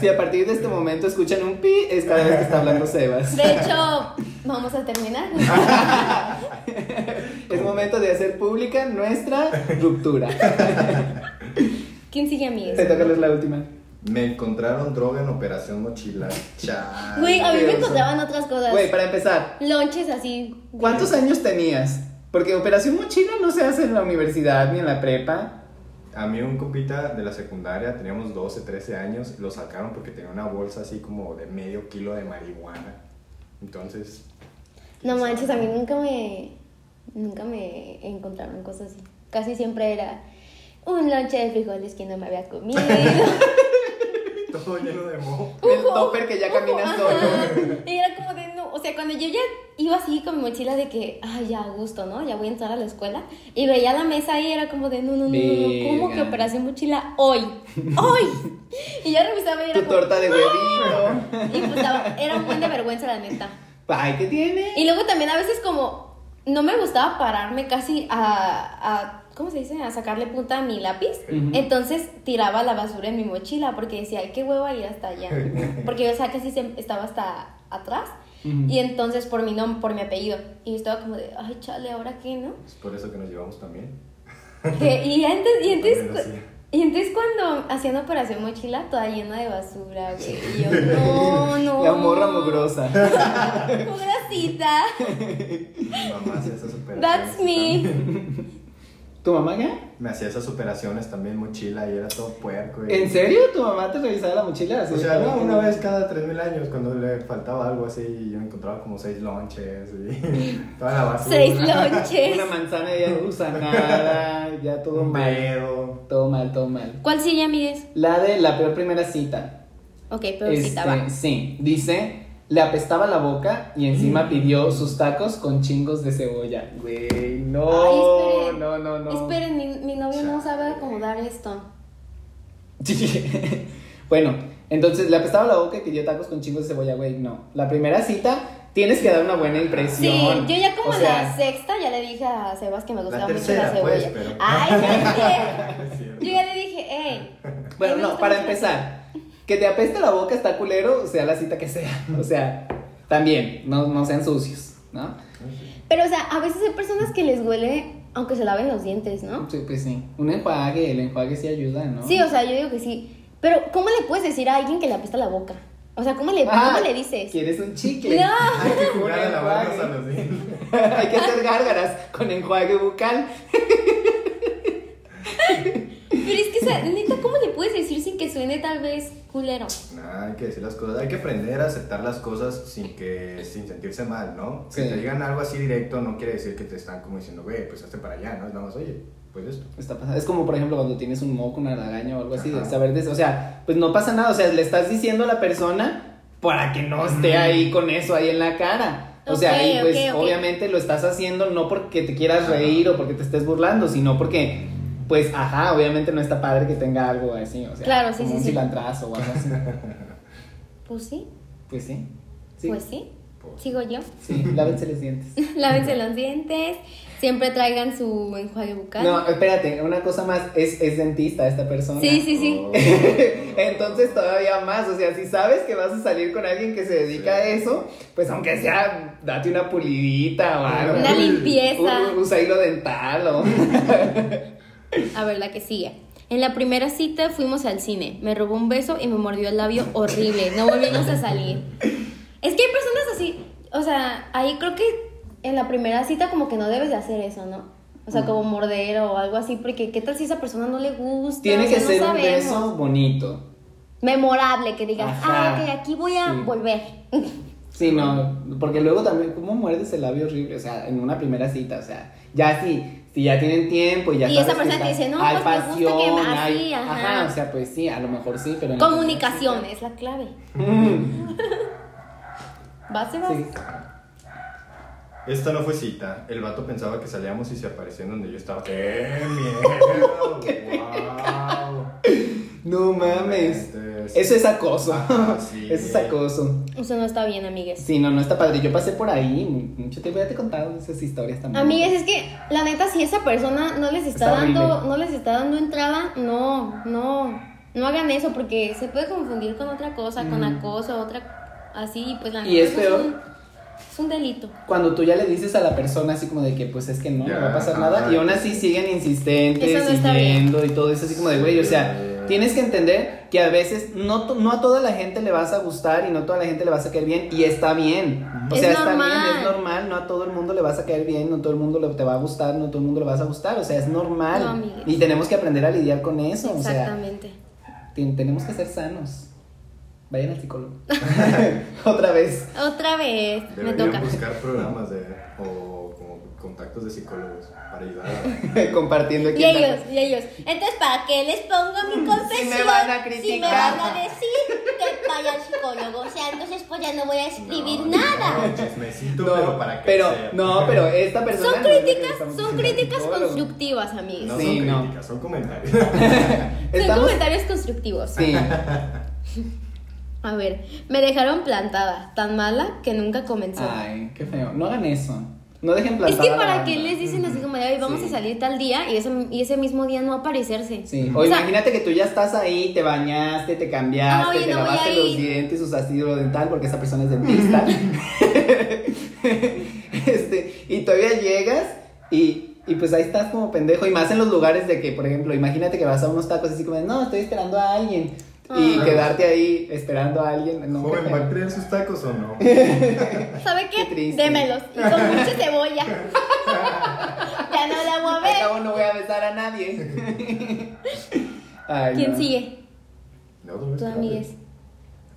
S2: Si a partir de este momento escuchan un pi, es cada vez que está hablando Sebas.
S1: De hecho, vamos a terminar.
S2: Es momento de hacer pública nuestra ruptura.
S1: ¿Quién sigue a mí?
S2: Te toca leer la última.
S3: Me encontraron droga en Operación Mochila. Chale.
S1: Güey, a mí me
S2: Dios.
S1: encontraban otras cosas.
S2: Güey, para empezar,
S1: Lonches así.
S2: ¿cuántos años tenías? Porque Operación Mochila no se hace en la universidad ni en la prepa.
S3: A mí un compita de la secundaria, teníamos 12, 13 años, y lo sacaron porque tenía una bolsa así como de medio kilo de marihuana. Entonces,
S1: No manches, a mí nunca me. Nunca me encontraron cosas así. Casi siempre era un lonche de frijoles que no me había comido.
S3: todo lleno de moho.
S2: El topper que ya caminas
S1: Ajá.
S2: solo.
S1: Y era como de, no, o sea, cuando yo ya iba así con mi mochila de que, ay, ya a gusto, ¿no? Ya voy a entrar a la escuela. Y veía la mesa ahí y era como de, no, no, no, no, no, ¿cómo que
S2: Verga.
S1: operación mochila hoy? ¡Hoy! Y yo revisaba y era
S2: Tu
S1: como,
S2: torta de huevito.
S1: y pues daba- era un buen de vergüenza, la neta.
S2: Ay, ¿qué tiene?
S1: Y luego también a veces como, no me gustaba pararme casi a, a ¿cómo se dice? A sacarle punta a mi lápiz.
S2: Ujú.
S1: Entonces tiraba la basura en mi mochila porque decía, ay, qué hueva ir hasta allá. Porque yo, o sea, casi siempre estaba hasta atrás.
S2: Ujú.
S1: Y entonces por mi nombre, por mi apellido. Y yo estaba como de, ay, chale, ¿ahora qué, no?
S3: Es por eso que nos llevamos también.
S1: Que- y antes, y antes,
S3: También lo hacía.
S1: y antes cuando hacían operación mochila, toda llena de basura, güey. Y yo, no, no.
S2: La morra mugrosa.
S1: Mugrosita.
S3: Mi mamá hacía esas operaciones.
S1: That's me.
S2: ¿Tu mamá ya?
S3: Me hacía esas operaciones también, mochila, y era todo puerco. y-
S2: ¿En serio? ¿Tu mamá te revisaba la mochila?
S3: O sea, no, una vez cada 3.000 años, cuando le faltaba algo así, y yo encontraba como seis lonches y toda la basura.
S1: Seis
S2: Una
S1: lonches.
S2: manzana ya gusanada, ya todo
S3: Un
S2: mal.
S3: pedo.
S2: Todo mal, todo mal.
S1: ¿Cuál sigue, amigues?
S2: La de la peor primera cita.
S1: Ok, pero sí
S2: Este,
S1: estaba.
S2: sí, dice, le apestaba la boca y
S1: Mm.
S2: encima pidió sus tacos con chingos de cebolla. Güey, no,
S1: Ay, esperen.
S2: no, no, no.
S1: Esperen, mi, mi novio no sabe acomodar esto.
S2: bueno, entonces le apestaba la boca y pidió tacos con chingos de cebolla, güey, no. La primera cita tienes que dar una buena
S1: Sí,
S2: impresión.
S1: yo ya como
S2: O
S1: en
S2: sea,
S1: la sexta ya le dije a Sebas que me gustaba
S3: tercera,
S1: mucho la
S3: pues,
S1: cebolla.
S3: pero-
S1: Ay, sí,
S3: Es cierto.
S1: Yo ya le dije, hey.
S2: Bueno, no, para empezar, que te apeste la boca está culero, sea la cita que sea. O sea, también, no, no sean sucios. ¿no?
S1: Pero, o sea, a veces hay personas que les huele aunque se laven los dientes, ¿no?
S2: Sí, pues sí. Un enjuague, el enjuague sí ayuda, ¿no?
S1: Sí, o sea, yo digo que sí. Pero, ¿cómo le puedes decir a alguien que le apesta la boca? O sea, ¿cómo le,
S2: Ah,
S1: ¿cómo le dices?
S2: ¿Quieres un chicle?
S1: No.
S2: Hay que
S3: Jugar a lavarnos a
S2: enjuague.
S3: los dientes.
S2: Hay que hacer gárgaras con enjuague bucal.
S1: Pero es que, o sea, neta, ¿cómo le puedes decir sin que suene tal vez culero?
S3: Nah, hay que decir las cosas, hay que aprender a aceptar las cosas sin que sin sentirse mal, ¿no? Que
S2: Sí.
S3: te digan algo así directo no quiere decir que te están como diciendo, güey, pues hazte para allá, ¿no? Es nada más, oye, pues esto.
S2: Está pasando. Es como, por ejemplo, cuando tienes un moco, una lagaña o algo así, de
S3: Ajá.
S2: saber de O sea, pues no pasa nada. O sea, le estás diciendo a la persona para que no esté ahí con eso ahí en la cara. O sea,
S1: Ok,
S2: y pues
S1: ok, ok.
S2: obviamente lo estás haciendo no porque te quieras reír o porque te estés burlando, sino porque, pues, ajá, obviamente no está padre que tenga algo así. O sea,
S1: Claro, sí,
S2: como
S1: sí,
S2: un
S1: sí.
S2: cilantrazo o algo así.
S1: Pues sí,
S2: Pues sí. Sí.
S1: pues sí.
S3: Pues.
S1: Sigo yo.
S2: Sí, lávense los dientes.
S1: Lávense los dientes. Siempre traigan su enjuague bucal.
S2: No, espérate, una cosa más, es, es dentista esta persona.
S1: sí, sí, sí.
S3: Oh.
S2: Entonces todavía más, o sea, si sabes que vas a salir con alguien que se dedica a eso, pues aunque sea, date una pulidita o algo.
S1: Una
S2: Un-
S1: limpieza.
S2: un- Usa hilo dental o...
S1: A ver, la que sigue. En la primera cita fuimos al cine. Me robó un beso y me mordió el labio horrible. No volvimos a salir. Es que hay personas así. O sea, ahí creo que en la primera cita como que no debes de hacer eso, ¿no? O
S2: Mm.
S1: sea, como morder o algo así. Porque qué tal si a esa persona no le gusta. O
S2: Tiene
S1: sea,
S2: que
S1: no
S2: ser un
S1: sabemos.
S2: beso bonito.
S1: Memorable, que digas,
S2: Ajá.
S1: ah, ok, aquí voy a
S2: Sí.
S1: volver.
S2: Sí, no, porque luego también, ¿cómo muerdes el labio horrible? O sea, en una primera cita, o sea, ya sí, si ya tienen tiempo y ya
S1: Y
S2: sabes
S1: esa
S2: que
S1: persona te
S2: está-
S1: dice, no,
S2: hay
S1: pues, me gusta que
S2: pasión,
S1: me- así,
S2: hay-
S1: ajá.
S2: o sea, pues sí, a lo mejor sí, pero... en la
S1: Comunicación es la clave. ¿Vas, Sebas?
S2: primera cita-
S3: Esta no fue cita. El vato pensaba que salíamos y se aparecía en donde yo estaba. ¡Qué miedo! ¡Wow!
S2: sí. No mames.
S3: Entonces,
S2: Eso es acoso.
S3: Ajá, sí.
S2: Eso es acoso.
S1: Eso no está bien, amigues.
S2: Sí, no, no está padre. Yo pasé por ahí mu- mucho tiempo. Ya te he contado esas historias también.
S1: Amigas, es que la neta, si esa persona no les está,
S2: Está horrible.
S1: dando, no les está dando entrada, no, no, no hagan eso porque se puede confundir con otra cosa, con acoso, otra así, pues la
S2: Y
S1: neta,
S2: es
S1: eso
S2: peor.
S1: un, es un delito.
S2: Cuando tú ya le dices a la persona así como de que pues es que no, no va a pasar
S3: Ya,
S2: nada.
S3: ajá.
S2: Y aún así siguen insistentes,
S1: Eso no está
S2: siguiendo y todo eso así como de güey. O sea,
S3: Sí.
S2: tienes que entender que a veces no, to- no a toda la gente le vas a gustar y no a toda la gente le vas a caer bien. Y está bien. O
S1: Es
S2: sea, está
S1: normal.
S2: bien, es normal. No a todo el mundo le vas a caer bien, no a todo el mundo le, te va a gustar, no a todo el mundo le vas a gustar. O sea, es normal.
S1: No, amigues.
S2: y tenemos que aprender a lidiar con eso. O sea,
S1: Exactamente.
S2: Ten- tenemos que ser sanos. Vayan al psicólogo. Otra vez.
S1: Otra vez, me
S3: Deberían
S1: toca.
S3: buscar programas de, o como contactos de psicólogos para ayudar a...
S2: Compartiendo aquí.
S1: Y
S2: en la-
S1: ellos, y ellos. Entonces, ¿para qué les pongo mi confesión?
S2: van a
S1: Si me
S2: criticar.
S1: van a decir que vaya al psicólogo. O sea, entonces pues ya no voy a escribir
S3: No,
S1: nada.
S3: no, chismecito,
S2: No,
S3: pero para que
S2: pero,
S3: sea.
S2: no, pero esta persona.
S1: Son
S2: no es lo que le
S1: críticas,
S2: estamos
S1: son
S2: diciendo al
S1: críticas
S2: psicólogo.
S1: constructivas, amigos.
S3: No
S2: Sí,
S3: son
S2: no.
S3: críticas, son comentarios.
S1: Son
S2: Estamos.
S1: comentarios constructivos.
S2: Sí.
S1: A ver, me dejaron plantada, tan mala que nunca comenzó.
S2: Ay, qué feo. No hagan eso. No dejen
S1: es
S2: plantar.
S1: que para qué les dicen así como, de, "Ay, vamos
S2: Sí.
S1: a salir tal día y ese, y ese mismo día no aparecerse.
S2: Sí.
S1: O
S2: O
S1: sea-
S2: imagínate que tú ya estás ahí, te bañaste, te
S1: Ah,
S2: cambiaste,
S1: oye,
S2: te
S1: no voy a
S2: lavaste los
S1: ir.
S2: dientes, usaste hilo dental porque esa persona es dentista. este, y todavía llegas y, y pues ahí estás como pendejo. Y más en los lugares de que, por ejemplo, imagínate que vas a unos tacos así como, de, no, estoy esperando a alguien. Y
S1: Ah.
S2: quedarte ahí esperando a alguien. No, qué
S3: Joven,
S2: feo.
S3: ¿va a traer sus tacos o no?
S1: ¿Sabe qué?
S2: Qué triste.
S1: Démelos. Y con mucha cebolla. ya no la voy a
S2: Al
S1: ver.
S2: cabo no voy a besar a nadie. Ay,
S1: ¿Quién
S2: no.
S1: sigue?
S3: No, otra vez,
S1: Tú,
S3: espérate.
S1: amigues.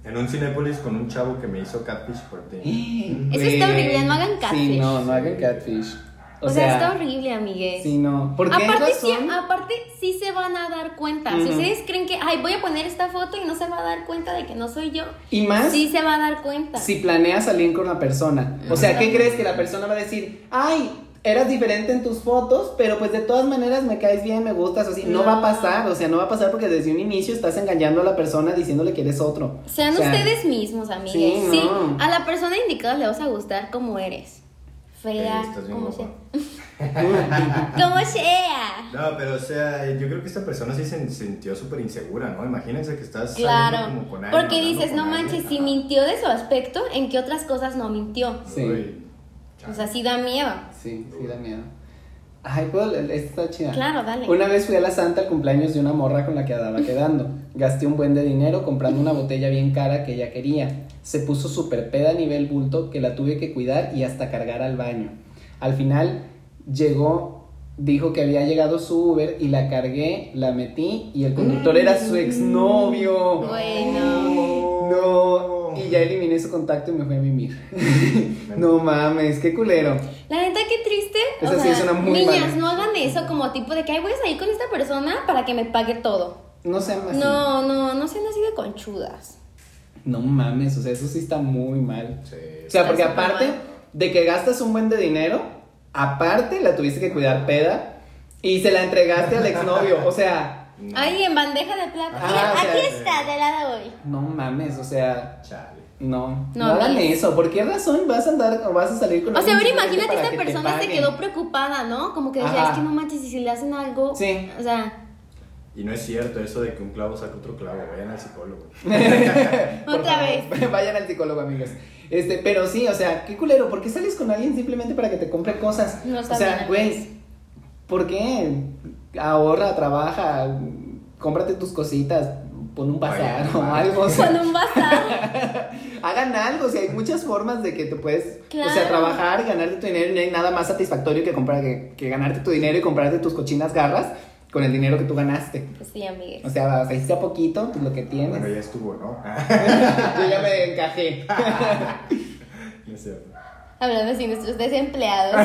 S3: En un Cinépolis con un chavo que me hizo catfish por ti.
S1: Eso está horrible, no hagan
S2: Sí,
S1: catfish.
S2: no, no hagan catfish.
S1: O, sea, está horrible, amigues.
S2: Sí, no. ¿Por qué
S1: Aparte sí, ah,
S2: razón?
S1: aparte sí se van a dar cuenta. Si
S2: Ujú.
S1: ustedes creen que, ay, voy a poner esta foto y no se va a dar cuenta de que no soy yo,
S2: Y más
S1: sí se va a dar cuenta.
S2: si planeas salir con la persona. O sea, ¿qué crees? Que la persona va a decir, ay, eras diferente en tus fotos, pero pues de todas maneras me caes bien, me gustas, así. No,
S1: No.
S2: va a pasar, o sea, no va a pasar porque desde un inicio estás engañando a la persona diciéndole que eres otro.
S1: Sean
S2: O sea,
S1: ustedes mismos, amigues.
S2: sí,
S1: Sí,
S2: no.
S1: a la persona indicada le vas a gustar como eres. Fea,
S3: Ey, estás bien
S1: como sea.
S3: guapa.
S1: Como sea.
S3: No, pero o sea, yo creo que esta persona sí se sintió súper insegura, ¿no? Imagínense que estás saliendo
S1: Claro.
S3: como con alguien,
S1: Porque
S3: hablando
S1: dices,
S3: con
S1: no
S3: alguien".
S1: manches, si
S3: Ajá.
S1: mintió de su aspecto, ¿en qué otras cosas no mintió?
S2: Sí.
S3: Uy,
S1: O sea, sí da miedo.
S2: Sí, sí da miedo. Ay, pues, esta está chida.
S1: Claro, dale.
S2: Una vez fui a la santa al cumpleaños de una morra con la que andaba quedando. Gasté un buen de dinero comprando una botella bien cara que ella quería. Se puso súper peda a nivel bulto que la tuve que cuidar y hasta cargar al baño. Al final llegó, dijo que había llegado su Uber y la cargué, la metí y el conductor era su exnovio.
S1: Bueno.
S2: No, y ya eliminé su contacto y me fui a mimir. no mames, qué culero.
S1: La neta, qué triste.
S2: Esa sí es una muy
S1: niñas,
S2: mala.
S1: no hagan eso como tipo de que "Ay, voy a salir con esta persona para que me pague todo.
S2: No sean así.
S1: No, no, no sean así de conchudas.
S2: No mames, o sea, eso sí está muy mal.
S3: Sí.
S2: O sea, porque
S1: Está súper
S2: aparte
S1: mal.
S2: de que gastas un buen de dinero, aparte la tuviste que cuidar peda y se la entregaste al exnovio. O sea,
S3: No,
S1: Ahí en bandeja de plata.
S2: Ah,
S1: Mira,
S2: o sea,
S1: aquí
S2: sí.
S1: está, de la doy.
S2: no mames, o sea,
S3: Chale.
S2: no. No,
S1: No,
S2: hagan
S1: ni-
S2: eso. ¿Por qué razón vas a andar o vas a salir con
S1: O sea, ahora
S2: alguien
S1: imagínate
S2: para
S1: esta
S2: que te
S1: persona se
S2: paguen?
S1: quedó preocupada, ¿no? Como que decía,
S2: Ajá.
S1: es que no manches, y si le hacen algo.
S2: Sí.
S1: O sea,
S3: Y no es cierto eso de que un clavo saca otro clavo. Vayan al psicólogo.
S2: Por
S1: Otra
S2: favor, Vayan al psicólogo, amigos. Este, pero sí, o sea, qué culero, ¿por qué sales con alguien simplemente para que te compre cosas?
S1: No está
S2: o sea,
S1: bien.
S2: güey, ¿por qué? Ahorra, trabaja, cómprate tus cositas, pon un bazar
S3: Vaya,
S2: o
S3: vaya.
S2: algo. o sea,
S1: con un bazar.
S2: hagan algo, o sea, hay muchas formas de que te puedes, o sea,
S1: Claro.
S2: trabajar, ganarte tu dinero, y no hay nada más satisfactorio que comprar que, que ganarte tu dinero y comprarte tus cochinas garras con el dinero que tú ganaste.
S1: Pues sí, amigues.
S2: O sea, o sea, si sea poquito, pues lo que tienes.
S3: Bueno, ya estuvo, ¿no? Ah,
S2: Yo ya me encajé.
S3: no es cierto.
S1: Hablando así, nuestros desempleados.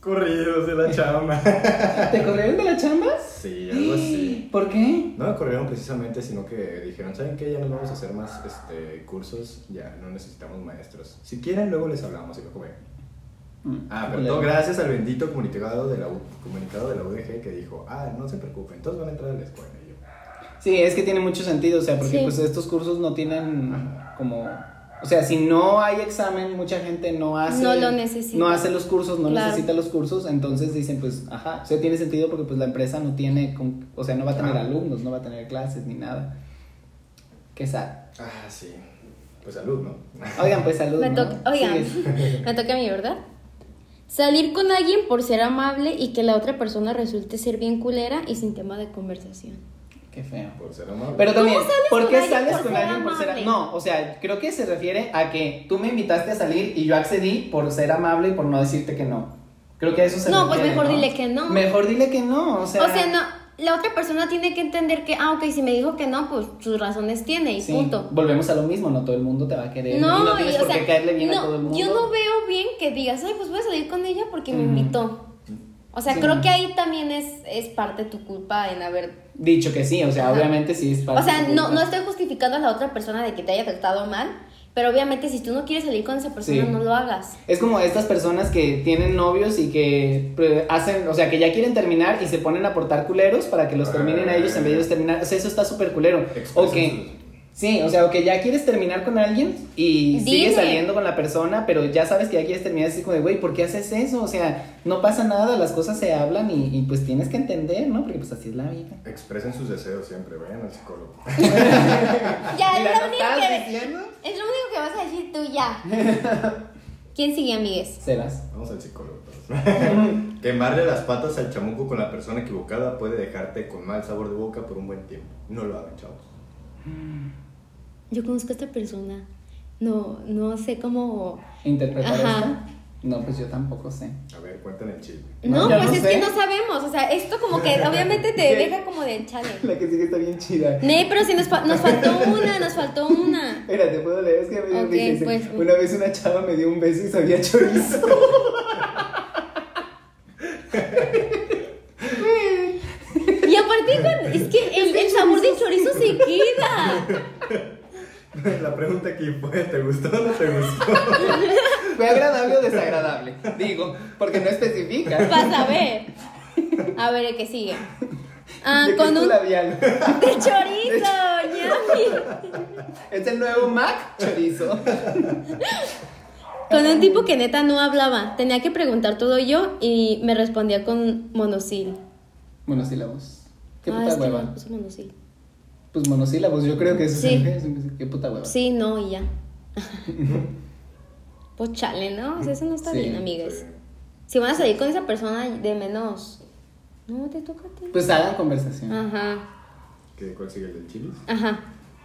S3: Corridos de la chamba.
S2: ¿Te corrieron de la chamba?
S3: Sí, algo así.
S2: ¿Por qué?
S3: No me corrieron precisamente, sino que dijeron, ¿saben qué? Ya no vamos a hacer más este, cursos, ya no necesitamos maestros. Si quieren, luego les hablamos y lo comen. Ah, pero todo gracias al bendito comunicado de la, U- comunicado de la UDG que dijo, ah, no se preocupen, todos van a entrar a la escuela. Y yo,
S2: Sí, es que tiene mucho sentido, o sea, porque
S1: Sí.
S2: pues estos cursos no tienen como... O sea, si no hay examen, mucha gente Ah, no hace...
S1: No lo necesita.
S2: No hace los cursos, no
S1: Claro.
S2: necesita los cursos, entonces dicen, pues, ajá, o sea, tiene sentido porque pues la empresa no tiene... con- o sea, no va a tener
S3: Ah.
S2: alumnos, no va a tener clases ni nada. Qué sad.
S3: ah, sí, pues salud, ¿no?
S2: Oigan, pues saludos.
S1: Me toca, oigan, me toca a mí, ¿verdad? Salir con alguien por ser amable y que la otra persona resulte ser bien culera y sin tema de conversación.
S2: Qué feo.
S3: Por ser amable.
S2: Pero también,
S1: ¿Cómo sales
S2: ¿por
S1: con
S2: qué
S1: alguien
S2: sales
S1: por
S2: con
S1: ser
S2: alguien por ser
S1: amable?
S2: No, o sea, creo que se refiere a que tú me invitaste a salir y yo accedí por ser amable y por no decirte que no. Creo que a eso se
S1: No, pues
S2: refiere.
S1: mejor dile que no.
S2: Mejor dile que no, o sea.
S1: O sea, no, la otra persona tiene que entender que, ah, ok, si me dijo que no, pues sus razones tiene y
S2: sí,
S1: punto.
S2: Volvemos a lo mismo, no todo el mundo te va a querer. y no
S1: No, y,
S2: tienes
S1: o
S2: por
S1: sea,
S2: qué caerle bien
S1: no,
S2: a todo el mundo.
S1: yo no veo bien que digas, ay, pues voy a salir con ella porque me
S2: Ujú.
S1: invitó. O sea,
S2: Sí.
S1: creo que ahí también es, es parte de tu culpa en haber...
S2: Dicho que sí, o sea,
S1: Ajá.
S2: obviamente sí es para.
S1: O sea, no, no estoy justificando a la otra persona de que te haya tratado mal, pero obviamente si tú no quieres salir con esa persona,
S2: Sí.
S1: no lo hagas.
S2: Es como estas personas que tienen novios y que pre- hacen, o sea, que ya quieren terminar y se ponen a portar culeros para que los terminen a ellos en vez de ellos terminar. O sea, eso está súper culero. O
S3: Expresen
S2: que, sí, o sea, o que ya quieres terminar con alguien y
S1: Dile.
S2: sigues saliendo con la persona, pero ya sabes que ya quieres terminar así como de, güey, ¿por qué haces eso? O sea, no pasa nada, las cosas se hablan y, y pues tienes que entender, ¿no? Porque pues así es la vida.
S3: sus- expresen sus deseos siempre, vayan al psicólogo.
S1: Ya, es lo
S2: Mira, ¿no
S1: único
S2: estás
S1: que...
S2: diciendo?
S1: Es lo único que vas a decir tú ya. ¿Quién sigue, amigues?
S2: Sebas.
S3: Vamos al psicólogo. todos. Quemarle las patas al chamuco con la persona equivocada puede dejarte con mal sabor de boca por un buen tiempo. No lo hagan, chavos.
S1: Yo conozco a esta persona. No, no sé cómo...
S2: ¿Interpretar
S1: Ajá.
S2: esto? No, pues yo tampoco sé.
S3: A ver, cuenten el chisme.
S1: No,
S2: No, yo
S1: pues
S2: no
S1: es
S2: sé.
S1: que no sabemos. O sea, esto como que obviamente te deja como de chale.
S2: La que sigue está bien chida.
S1: Nee, pero si nos, fa- nos faltó una, nos faltó una.
S2: Espérate, puedo leer, es que me dio
S1: Ok,
S2: risa, dice,
S1: pues.
S2: Una vez una chava me dio un beso y sabía chorizo.
S1: Y aparte, con- es que el, el sabor del chorizo se queda.
S3: La pregunta aquí fue, ¿te gustó o no te gustó?
S2: ¿Fue agradable o desagradable? Digo, porque no especifica.
S1: Vas a ver. A ver, el que sigue. Ah,
S2: De
S1: con
S2: queso
S1: un. De
S2: labial.
S1: chorizo, ñami.
S2: Es el nuevo Mac chorizo.
S1: Con un tipo que neta no hablaba. Tenía que preguntar todo yo y me respondía con monosil.
S2: Monosílabos. Qué
S1: Ah,
S2: puta
S1: es que
S2: hueva.
S1: no puso monosil.
S2: Pues monosílabos, yo creo que eso
S1: Sí.
S2: es. Qué puta hueva.
S1: Sí, no, y ya. Pues chale, ¿no? O sea, eso no está
S2: Sí,
S1: bien, amigas.
S3: Sí.
S1: Si van a salir con esa persona de menos. No, te toca a ti.
S2: Pues hagan conversación.
S1: Ah. Ajá,
S3: ¿Qué, ¿Cuál sigue el del chilis?
S1: ajá.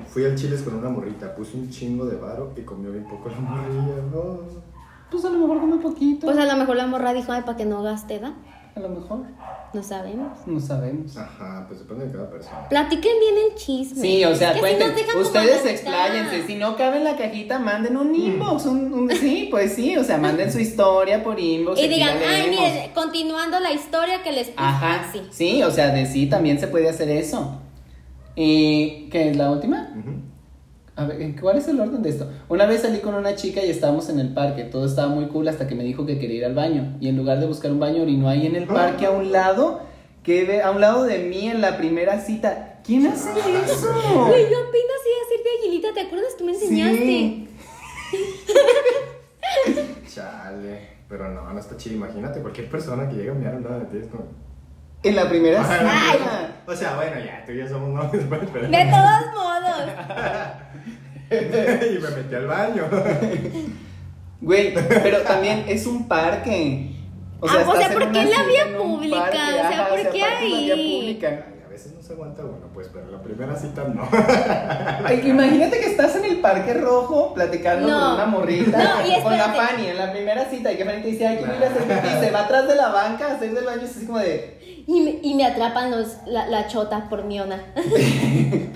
S3: Fui al chiles con una morrita, puse un chingo de varo y comió bien poco la morrilla. Oh. No.
S2: Pues a lo mejor come poquito.
S1: Pues a lo mejor la morra dijo, ay, para que no gaste, ¿da?
S2: a lo mejor.
S1: No sabemos.
S2: No sabemos.
S3: Ajá, pues depende de cada persona.
S1: Platiquen bien el chisme.
S2: Sí, o
S1: Es
S2: sea,
S1: que si
S2: cuenten.
S1: nos dejan como a
S2: Ustedes
S1: la
S2: expláyense.
S1: mitad.
S2: Si no cabe en la cajita, manden un inbox. Un, un- sí, pues sí. O sea, manden su historia por inbox.
S1: Y
S2: aquí la
S1: digan, ay,
S2: leemos".
S1: miren, continuando la historia que les puse.
S2: Ajá.
S1: Sí.
S2: Sí, o sea, de sí también se puede hacer eso. ¿Y qué es la última?
S3: Ujú.
S2: A ver, ¿en- ¿cuál es el orden de esto? Una vez salí con una chica y estábamos en el parque. Todo estaba muy cool hasta que me dijo que quería ir al baño. Y en lugar de buscar un baño, orinó ahí en el parque a un lado. Quedé a un lado de mí en la primera cita. ¿Quién hace eso?
S1: Güey, ¿qué opinas de hacerte aguilita? ¿Te acuerdas que me enseñaste?
S2: Sí.
S3: Chale. Pero no, no está chido. Imagínate cualquier persona que llega a mirar un lado de ti es como.
S2: En la primera
S3: Ay.
S2: cita.
S3: O sea, bueno, ya, tú y yo somos novios, pues, pero-
S1: De todos modos.
S3: y me metí al baño.
S2: Güey, pero también es un parque.
S1: Ah, o sea,
S2: estás en
S1: ¿por
S2: una
S1: qué en la
S2: cita
S1: vía
S2: en un
S1: pública?
S2: parque,
S1: O sea,
S2: ajá,
S1: ¿por qué
S2: aparte en la
S1: ahí?
S2: vía pública.
S3: Ay, a veces no se aguanta uno, pues, pero la primera cita no.
S2: Ay, Imagínate que estás en el Parque Rojo platicando
S1: No.
S2: con una morrita,
S1: No, y
S2: con la
S1: espérate.
S2: Fanny en la primera cita y que Fanny te dice, ay, quiero ir a hacer pipí", y se va atrás de la banca a hacer del baño, y es así como de,
S1: Y me, y me atrapan los, la, la chota por miona.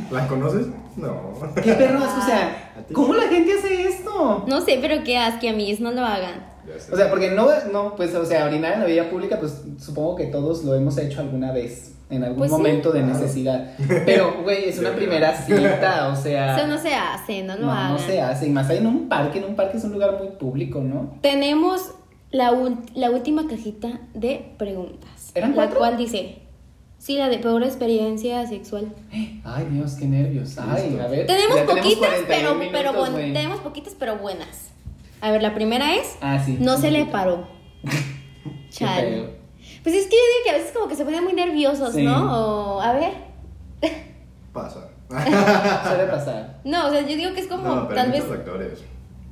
S3: ¿La conoces? No.
S2: qué perro asco, o sea,
S3: A ti.
S2: ¿cómo la gente hace esto?
S1: No sé, pero qué asco, amigues, no lo hagan.
S3: Ya sé.
S2: O sea, porque no, no, pues, o sea, orinar en la vía pública, pues, supongo que todos lo hemos hecho alguna vez, en algún
S1: Pues sí.
S2: momento de
S3: Claro.
S2: necesidad. Pero, güey, es una primera cita, o sea...
S1: Eso no se hace, no lo
S2: Ah. no,
S1: hagan.
S2: no se hace, y más ahí en un parque, en un parque es un lugar muy público, ¿no?
S1: Tenemos la, ul- la última cajita de preguntas.
S2: ¿Eran
S1: la
S2: cuatro?
S1: cual dice, sí, la de peor experiencia sexual.
S2: Ay, Dios, qué nervios. Ay,
S3: Listo.
S2: a ver.
S1: Tenemos
S2: Eh, ya
S1: poquitas,
S2: 41
S1: pero,
S2: minutos,
S1: pero buen-
S2: güey.
S1: tenemos poquitas, pero buenas. A ver, la primera es,
S2: Ah, sí.
S1: no se le
S2: poquito.
S1: paró.
S2: Qué
S1: Chale.
S2: feo.
S1: Pues es que yo digo que a veces como que se ponen muy nerviosos,
S2: Sí.
S1: ¿no? O, a ver.
S3: Pasa.
S2: Suele pasar.
S1: No, o sea, yo digo que es como,
S3: No, pero hay
S1: tal vez...
S3: muchos factores.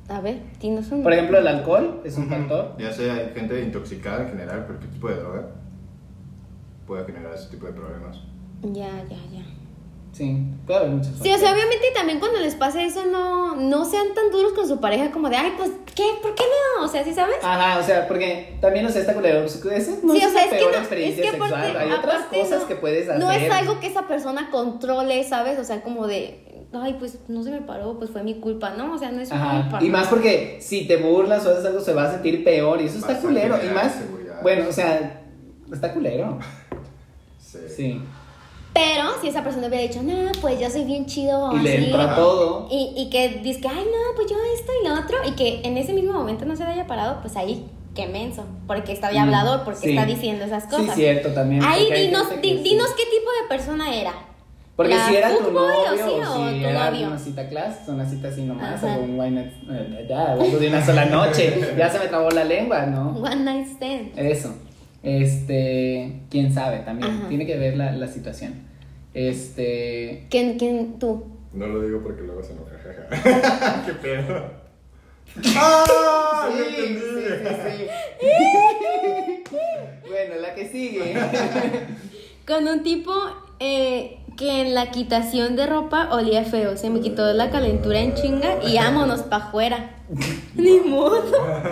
S1: A ver, dinos un...
S2: Por ejemplo, el alcohol es un factor.
S3: Ya sea, hay gente intoxicada en general, cualquier tipo de droga puede generar ese tipo de problemas.
S1: Ya, ya, ya.
S2: Sí, puede haber muchos
S1: Sí, o
S2: factores.
S1: sea, obviamente también cuando les pasa eso, no, no sean tan duros con su pareja como de, ay, pues, ¿qué? ¿Por qué no? O sea, ¿sí sabes?
S2: Ajá, o sea, porque también, o sea, esta culera, pues, esa Ah, no
S1: Sí,
S2: es
S1: o sea,
S2: la
S1: es que
S2: peor
S1: no-
S2: experiencia
S1: es que aparte-
S2: sexual. Hay otras
S1: aparte
S2: cosas
S1: no-
S2: que puedes hacer.
S1: No es algo que esa persona controle, ¿sabes? O sea, como de, ay, pues, no se me paró, pues fue mi culpa, ¿no? O sea, no es mi
S2: Ajá,
S1: culpa.
S2: y más porque si te burlas o haces algo se va a sentir peor y eso está
S3: Vas a
S2: culero. Y
S3: generar
S2: más,
S3: inseguridad.
S2: bueno, o sea, está culero.
S3: Sí.
S2: Sí.
S1: Pero si esa persona hubiera dicho, no, pues yo soy bien chido,
S2: Y le
S1: así,
S2: entra todo.
S1: Y, y que dice que, ay, no, pues yo esto y lo otro, y que en ese mismo momento no se le haya parado, pues ahí, qué menso, porque está de
S2: Mm,
S1: hablador, porque
S2: sí.
S1: está diciendo esas
S2: Sí,
S1: cosas.
S2: cierto, también.
S1: ahí
S2: porque hay
S1: dinos,
S2: gente
S1: di-
S2: que sí.
S1: dinos qué tipo de persona era.
S2: Porque
S1: ¿La
S2: si era tu
S1: fuckboy o
S2: novio,
S1: sí,
S2: o
S1: o
S2: si
S1: tu
S2: era
S1: novio?
S2: una cita class, una cita así nomás,
S1: Ajá.
S2: o un wine night, eh, ya, o algo de una sola noche, ya se me trabó la lengua, ¿no?
S1: One night stand.
S2: Eso, este, quién sabe también,
S1: Ajá.
S2: tiene que ver la, la situación. Este,
S1: ¿Quién, quién, tú?
S3: No lo digo porque luego se enoja. jaja. ¡Qué pedo! ¡Ah!
S2: sí,
S3: ¡Lo
S2: sí,
S3: entendí!
S2: sí, sí. bueno, la que sigue.
S1: Con un tipo eh, que en la quitación de ropa olía feo. Se me quitó la calentura en chinga y vámonos pa' afuera. Ni modo.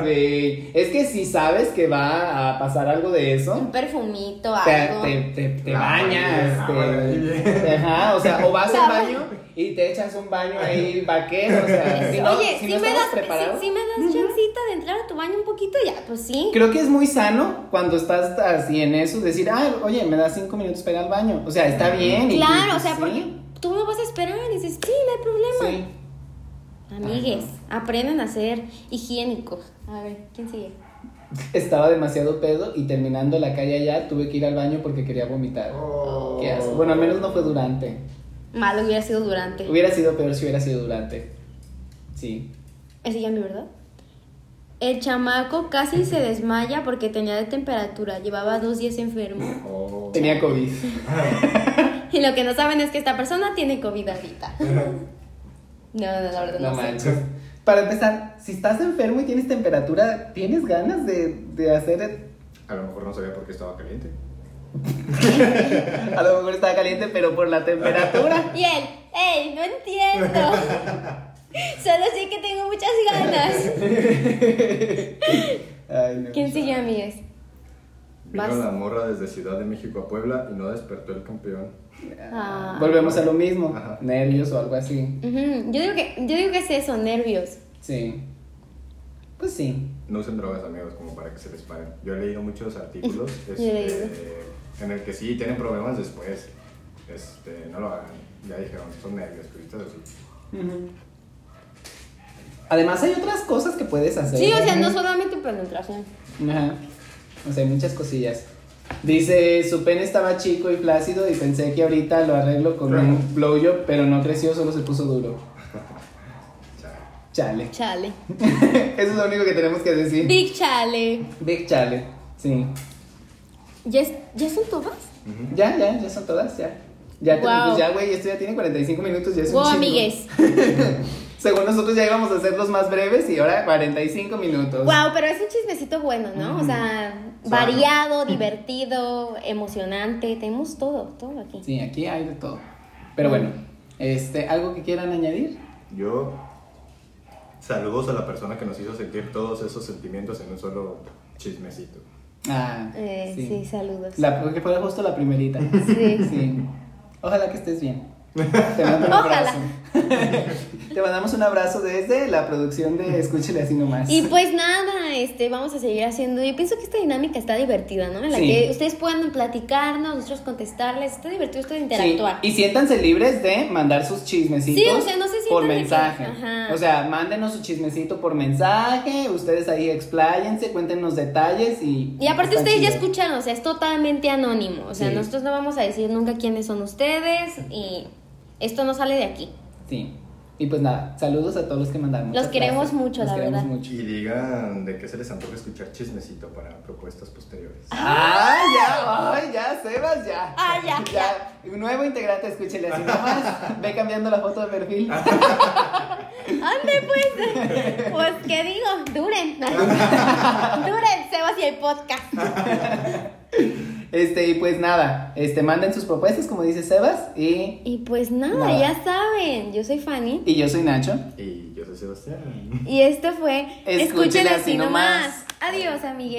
S2: Güey, es que si sabes que va a pasar algo de eso,
S1: Un perfumito,
S2: te,
S1: algo.
S2: te, te, te
S3: Ah,
S2: bañas,
S3: bueno, ah, bueno,
S2: te-
S3: bien.
S2: ajá, o sea, o vas
S1: La
S2: al baño y te echas un baño ahí vaquero, o sea, si no,
S1: Oye,
S2: si
S1: si,
S2: no
S1: me
S2: estamos
S1: das,
S2: preparados.
S1: si, si me das chancita de entrar a tu baño un poquito, ya, pues sí.
S2: Creo que es muy sano cuando estás así en eso, decir, ah, oye, me das cinco minutos para ir al baño, o sea, está bien. y
S1: Claro,
S2: tú,
S1: o sea,
S2: sí,
S1: porque tú no vas a esperar y dices, sí, no hay problema.
S2: sí.
S1: Amigues, aprendan a ser higiénicos. A ver, ¿quién sigue?
S2: Estaba demasiado pedo y terminando la calle allá tuve que ir al baño porque quería vomitar.
S3: Oh.
S2: Qué asco. Bueno, al menos no fue durante.
S1: Malo hubiera sido durante.
S2: Hubiera sido peor si hubiera sido durante. Sí.
S1: Ese ya mi verdad. El chamaco casi se desmaya porque tenía de temperatura, llevaba dos días enfermo.
S3: Oh.
S2: Tenía COVID.
S1: Y lo que no saben es que esta persona tiene COVID ahorita. No, no, la verdad
S2: No
S1: no, sé.
S2: manches. para empezar, si estás enfermo y tienes temperatura, ¿tienes ganas de, de hacer...?
S3: A lo mejor no sabía por qué estaba caliente.
S2: A lo mejor estaba caliente, pero por la temperatura.
S1: Y él, ¡ey! No entiendo. Solo sé que tengo muchas ganas.
S2: Ay, no.
S1: ¿Quién sigue, amigues?
S3: Vino
S1: Vas.
S3: la morra desde Ciudad de México a Puebla y no despertó el campeón.
S1: Ah.
S2: Volvemos a lo mismo,
S3: Ajá.
S2: nervios o algo así.
S1: Ujú, Yo digo que, yo digo que es eso, nervios.
S2: Sí. Pues sí.
S3: No usen drogas, amigos, como para que se les paren. Yo he leído muchos artículos
S1: he leído.
S3: este, en el que sí tienen problemas después. Este, no lo hagan. Ya dijeron, son nervios, cositas así.
S2: Además hay otras cosas que puedes hacer.
S1: Sí, o sea, no solamente penetración.
S2: Ajá. O sea, hay muchas cosillas. Dice, su pene estaba chico y flácido y pensé que ahorita lo arreglo con
S3: Claro.
S2: un blowjob, pero no creció, solo se puso duro.
S3: Chale.
S2: Chale.
S1: Chale.
S2: Eso es lo único que tenemos que decir.
S1: Big chale.
S2: Big chale. Sí.
S1: ¿Ya, es- ya son todas?
S3: Ujú.
S2: Ya, ya, ya son todas, ya. Ya, te-
S1: Guau.
S2: pues ya, güey, esto ya tiene 45 minutos, ya es un
S1: Wow,
S2: chingo.
S1: amigues.
S2: Según nosotros ya íbamos a hacerlos más breves y ahora 45 minutos.
S1: Wow, pero es un chismecito bueno, ¿no? O sea,
S3: Sano.
S1: variado, divertido, emocionante. Tenemos todo, todo aquí.
S2: Sí, aquí hay de todo. Pero bueno, este, ¿algo que quieran añadir?
S3: Yo saludos a la persona que nos hizo sentir todos esos sentimientos en un solo chismecito.
S2: Ah,
S1: Eh, sí. saludos.
S2: La, que fue justo la primerita.
S1: Sí.
S2: Sí. Ojalá que estés bien. Te mando un
S1: Ojalá.
S2: abrazo. Te mandamos un abrazo desde la producción de Escúchele así nomás.
S1: Y pues nada, este, vamos a seguir haciendo. Yo pienso que esta dinámica está divertida, ¿no? En la
S2: Sí.
S1: que ustedes puedan platicarnos, nosotros contestarles. Está divertido esto de interactuar.
S2: Sí, Y siéntanse libres de mandar sus chismecitos
S1: Sí, o sea, no se sientan
S2: por
S1: de que-
S2: mensaje.
S1: ajá.
S2: O sea, mándenos su chismecito por mensaje, ustedes ahí expláyense, cuéntenos detalles y...
S1: Y aparte
S2: está
S1: ustedes ya
S2: chido.
S1: escucharon, o sea, es totalmente anónimo. O sea,
S2: Sí.
S1: nosotros no vamos a decir nunca quiénes son ustedes y esto no sale de aquí.
S2: Sí. Y pues nada, saludos a todos los que mandaron.
S1: Los queremos mucho,
S2: Los
S1: la
S2: queremos
S1: verdad.
S2: mucho.
S3: Y digan de qué se les antoja escuchar chismecito para propuestas posteriores.
S2: ¡Ay, ya! ¡Ay, ya, Sebas, ya!
S1: Ah, ya,
S2: Un nuevo integrante, escúchele así nomás. Ve cambiando la foto de perfil.
S1: ¡Ande, pues! Pues, ¿qué digo? Duren. Duren, Sebas y el podcast.
S2: Este, y pues nada, este, manden sus propuestas, como dice Sebas. Y,
S1: Y pues nada,
S2: Nada.
S1: ya saben. Yo soy Fanny.
S2: y yo soy Nacho.
S3: Y yo soy Sebastián.
S1: Y esto fue
S2: Escúchele así nomás.
S1: Adiós, amigues.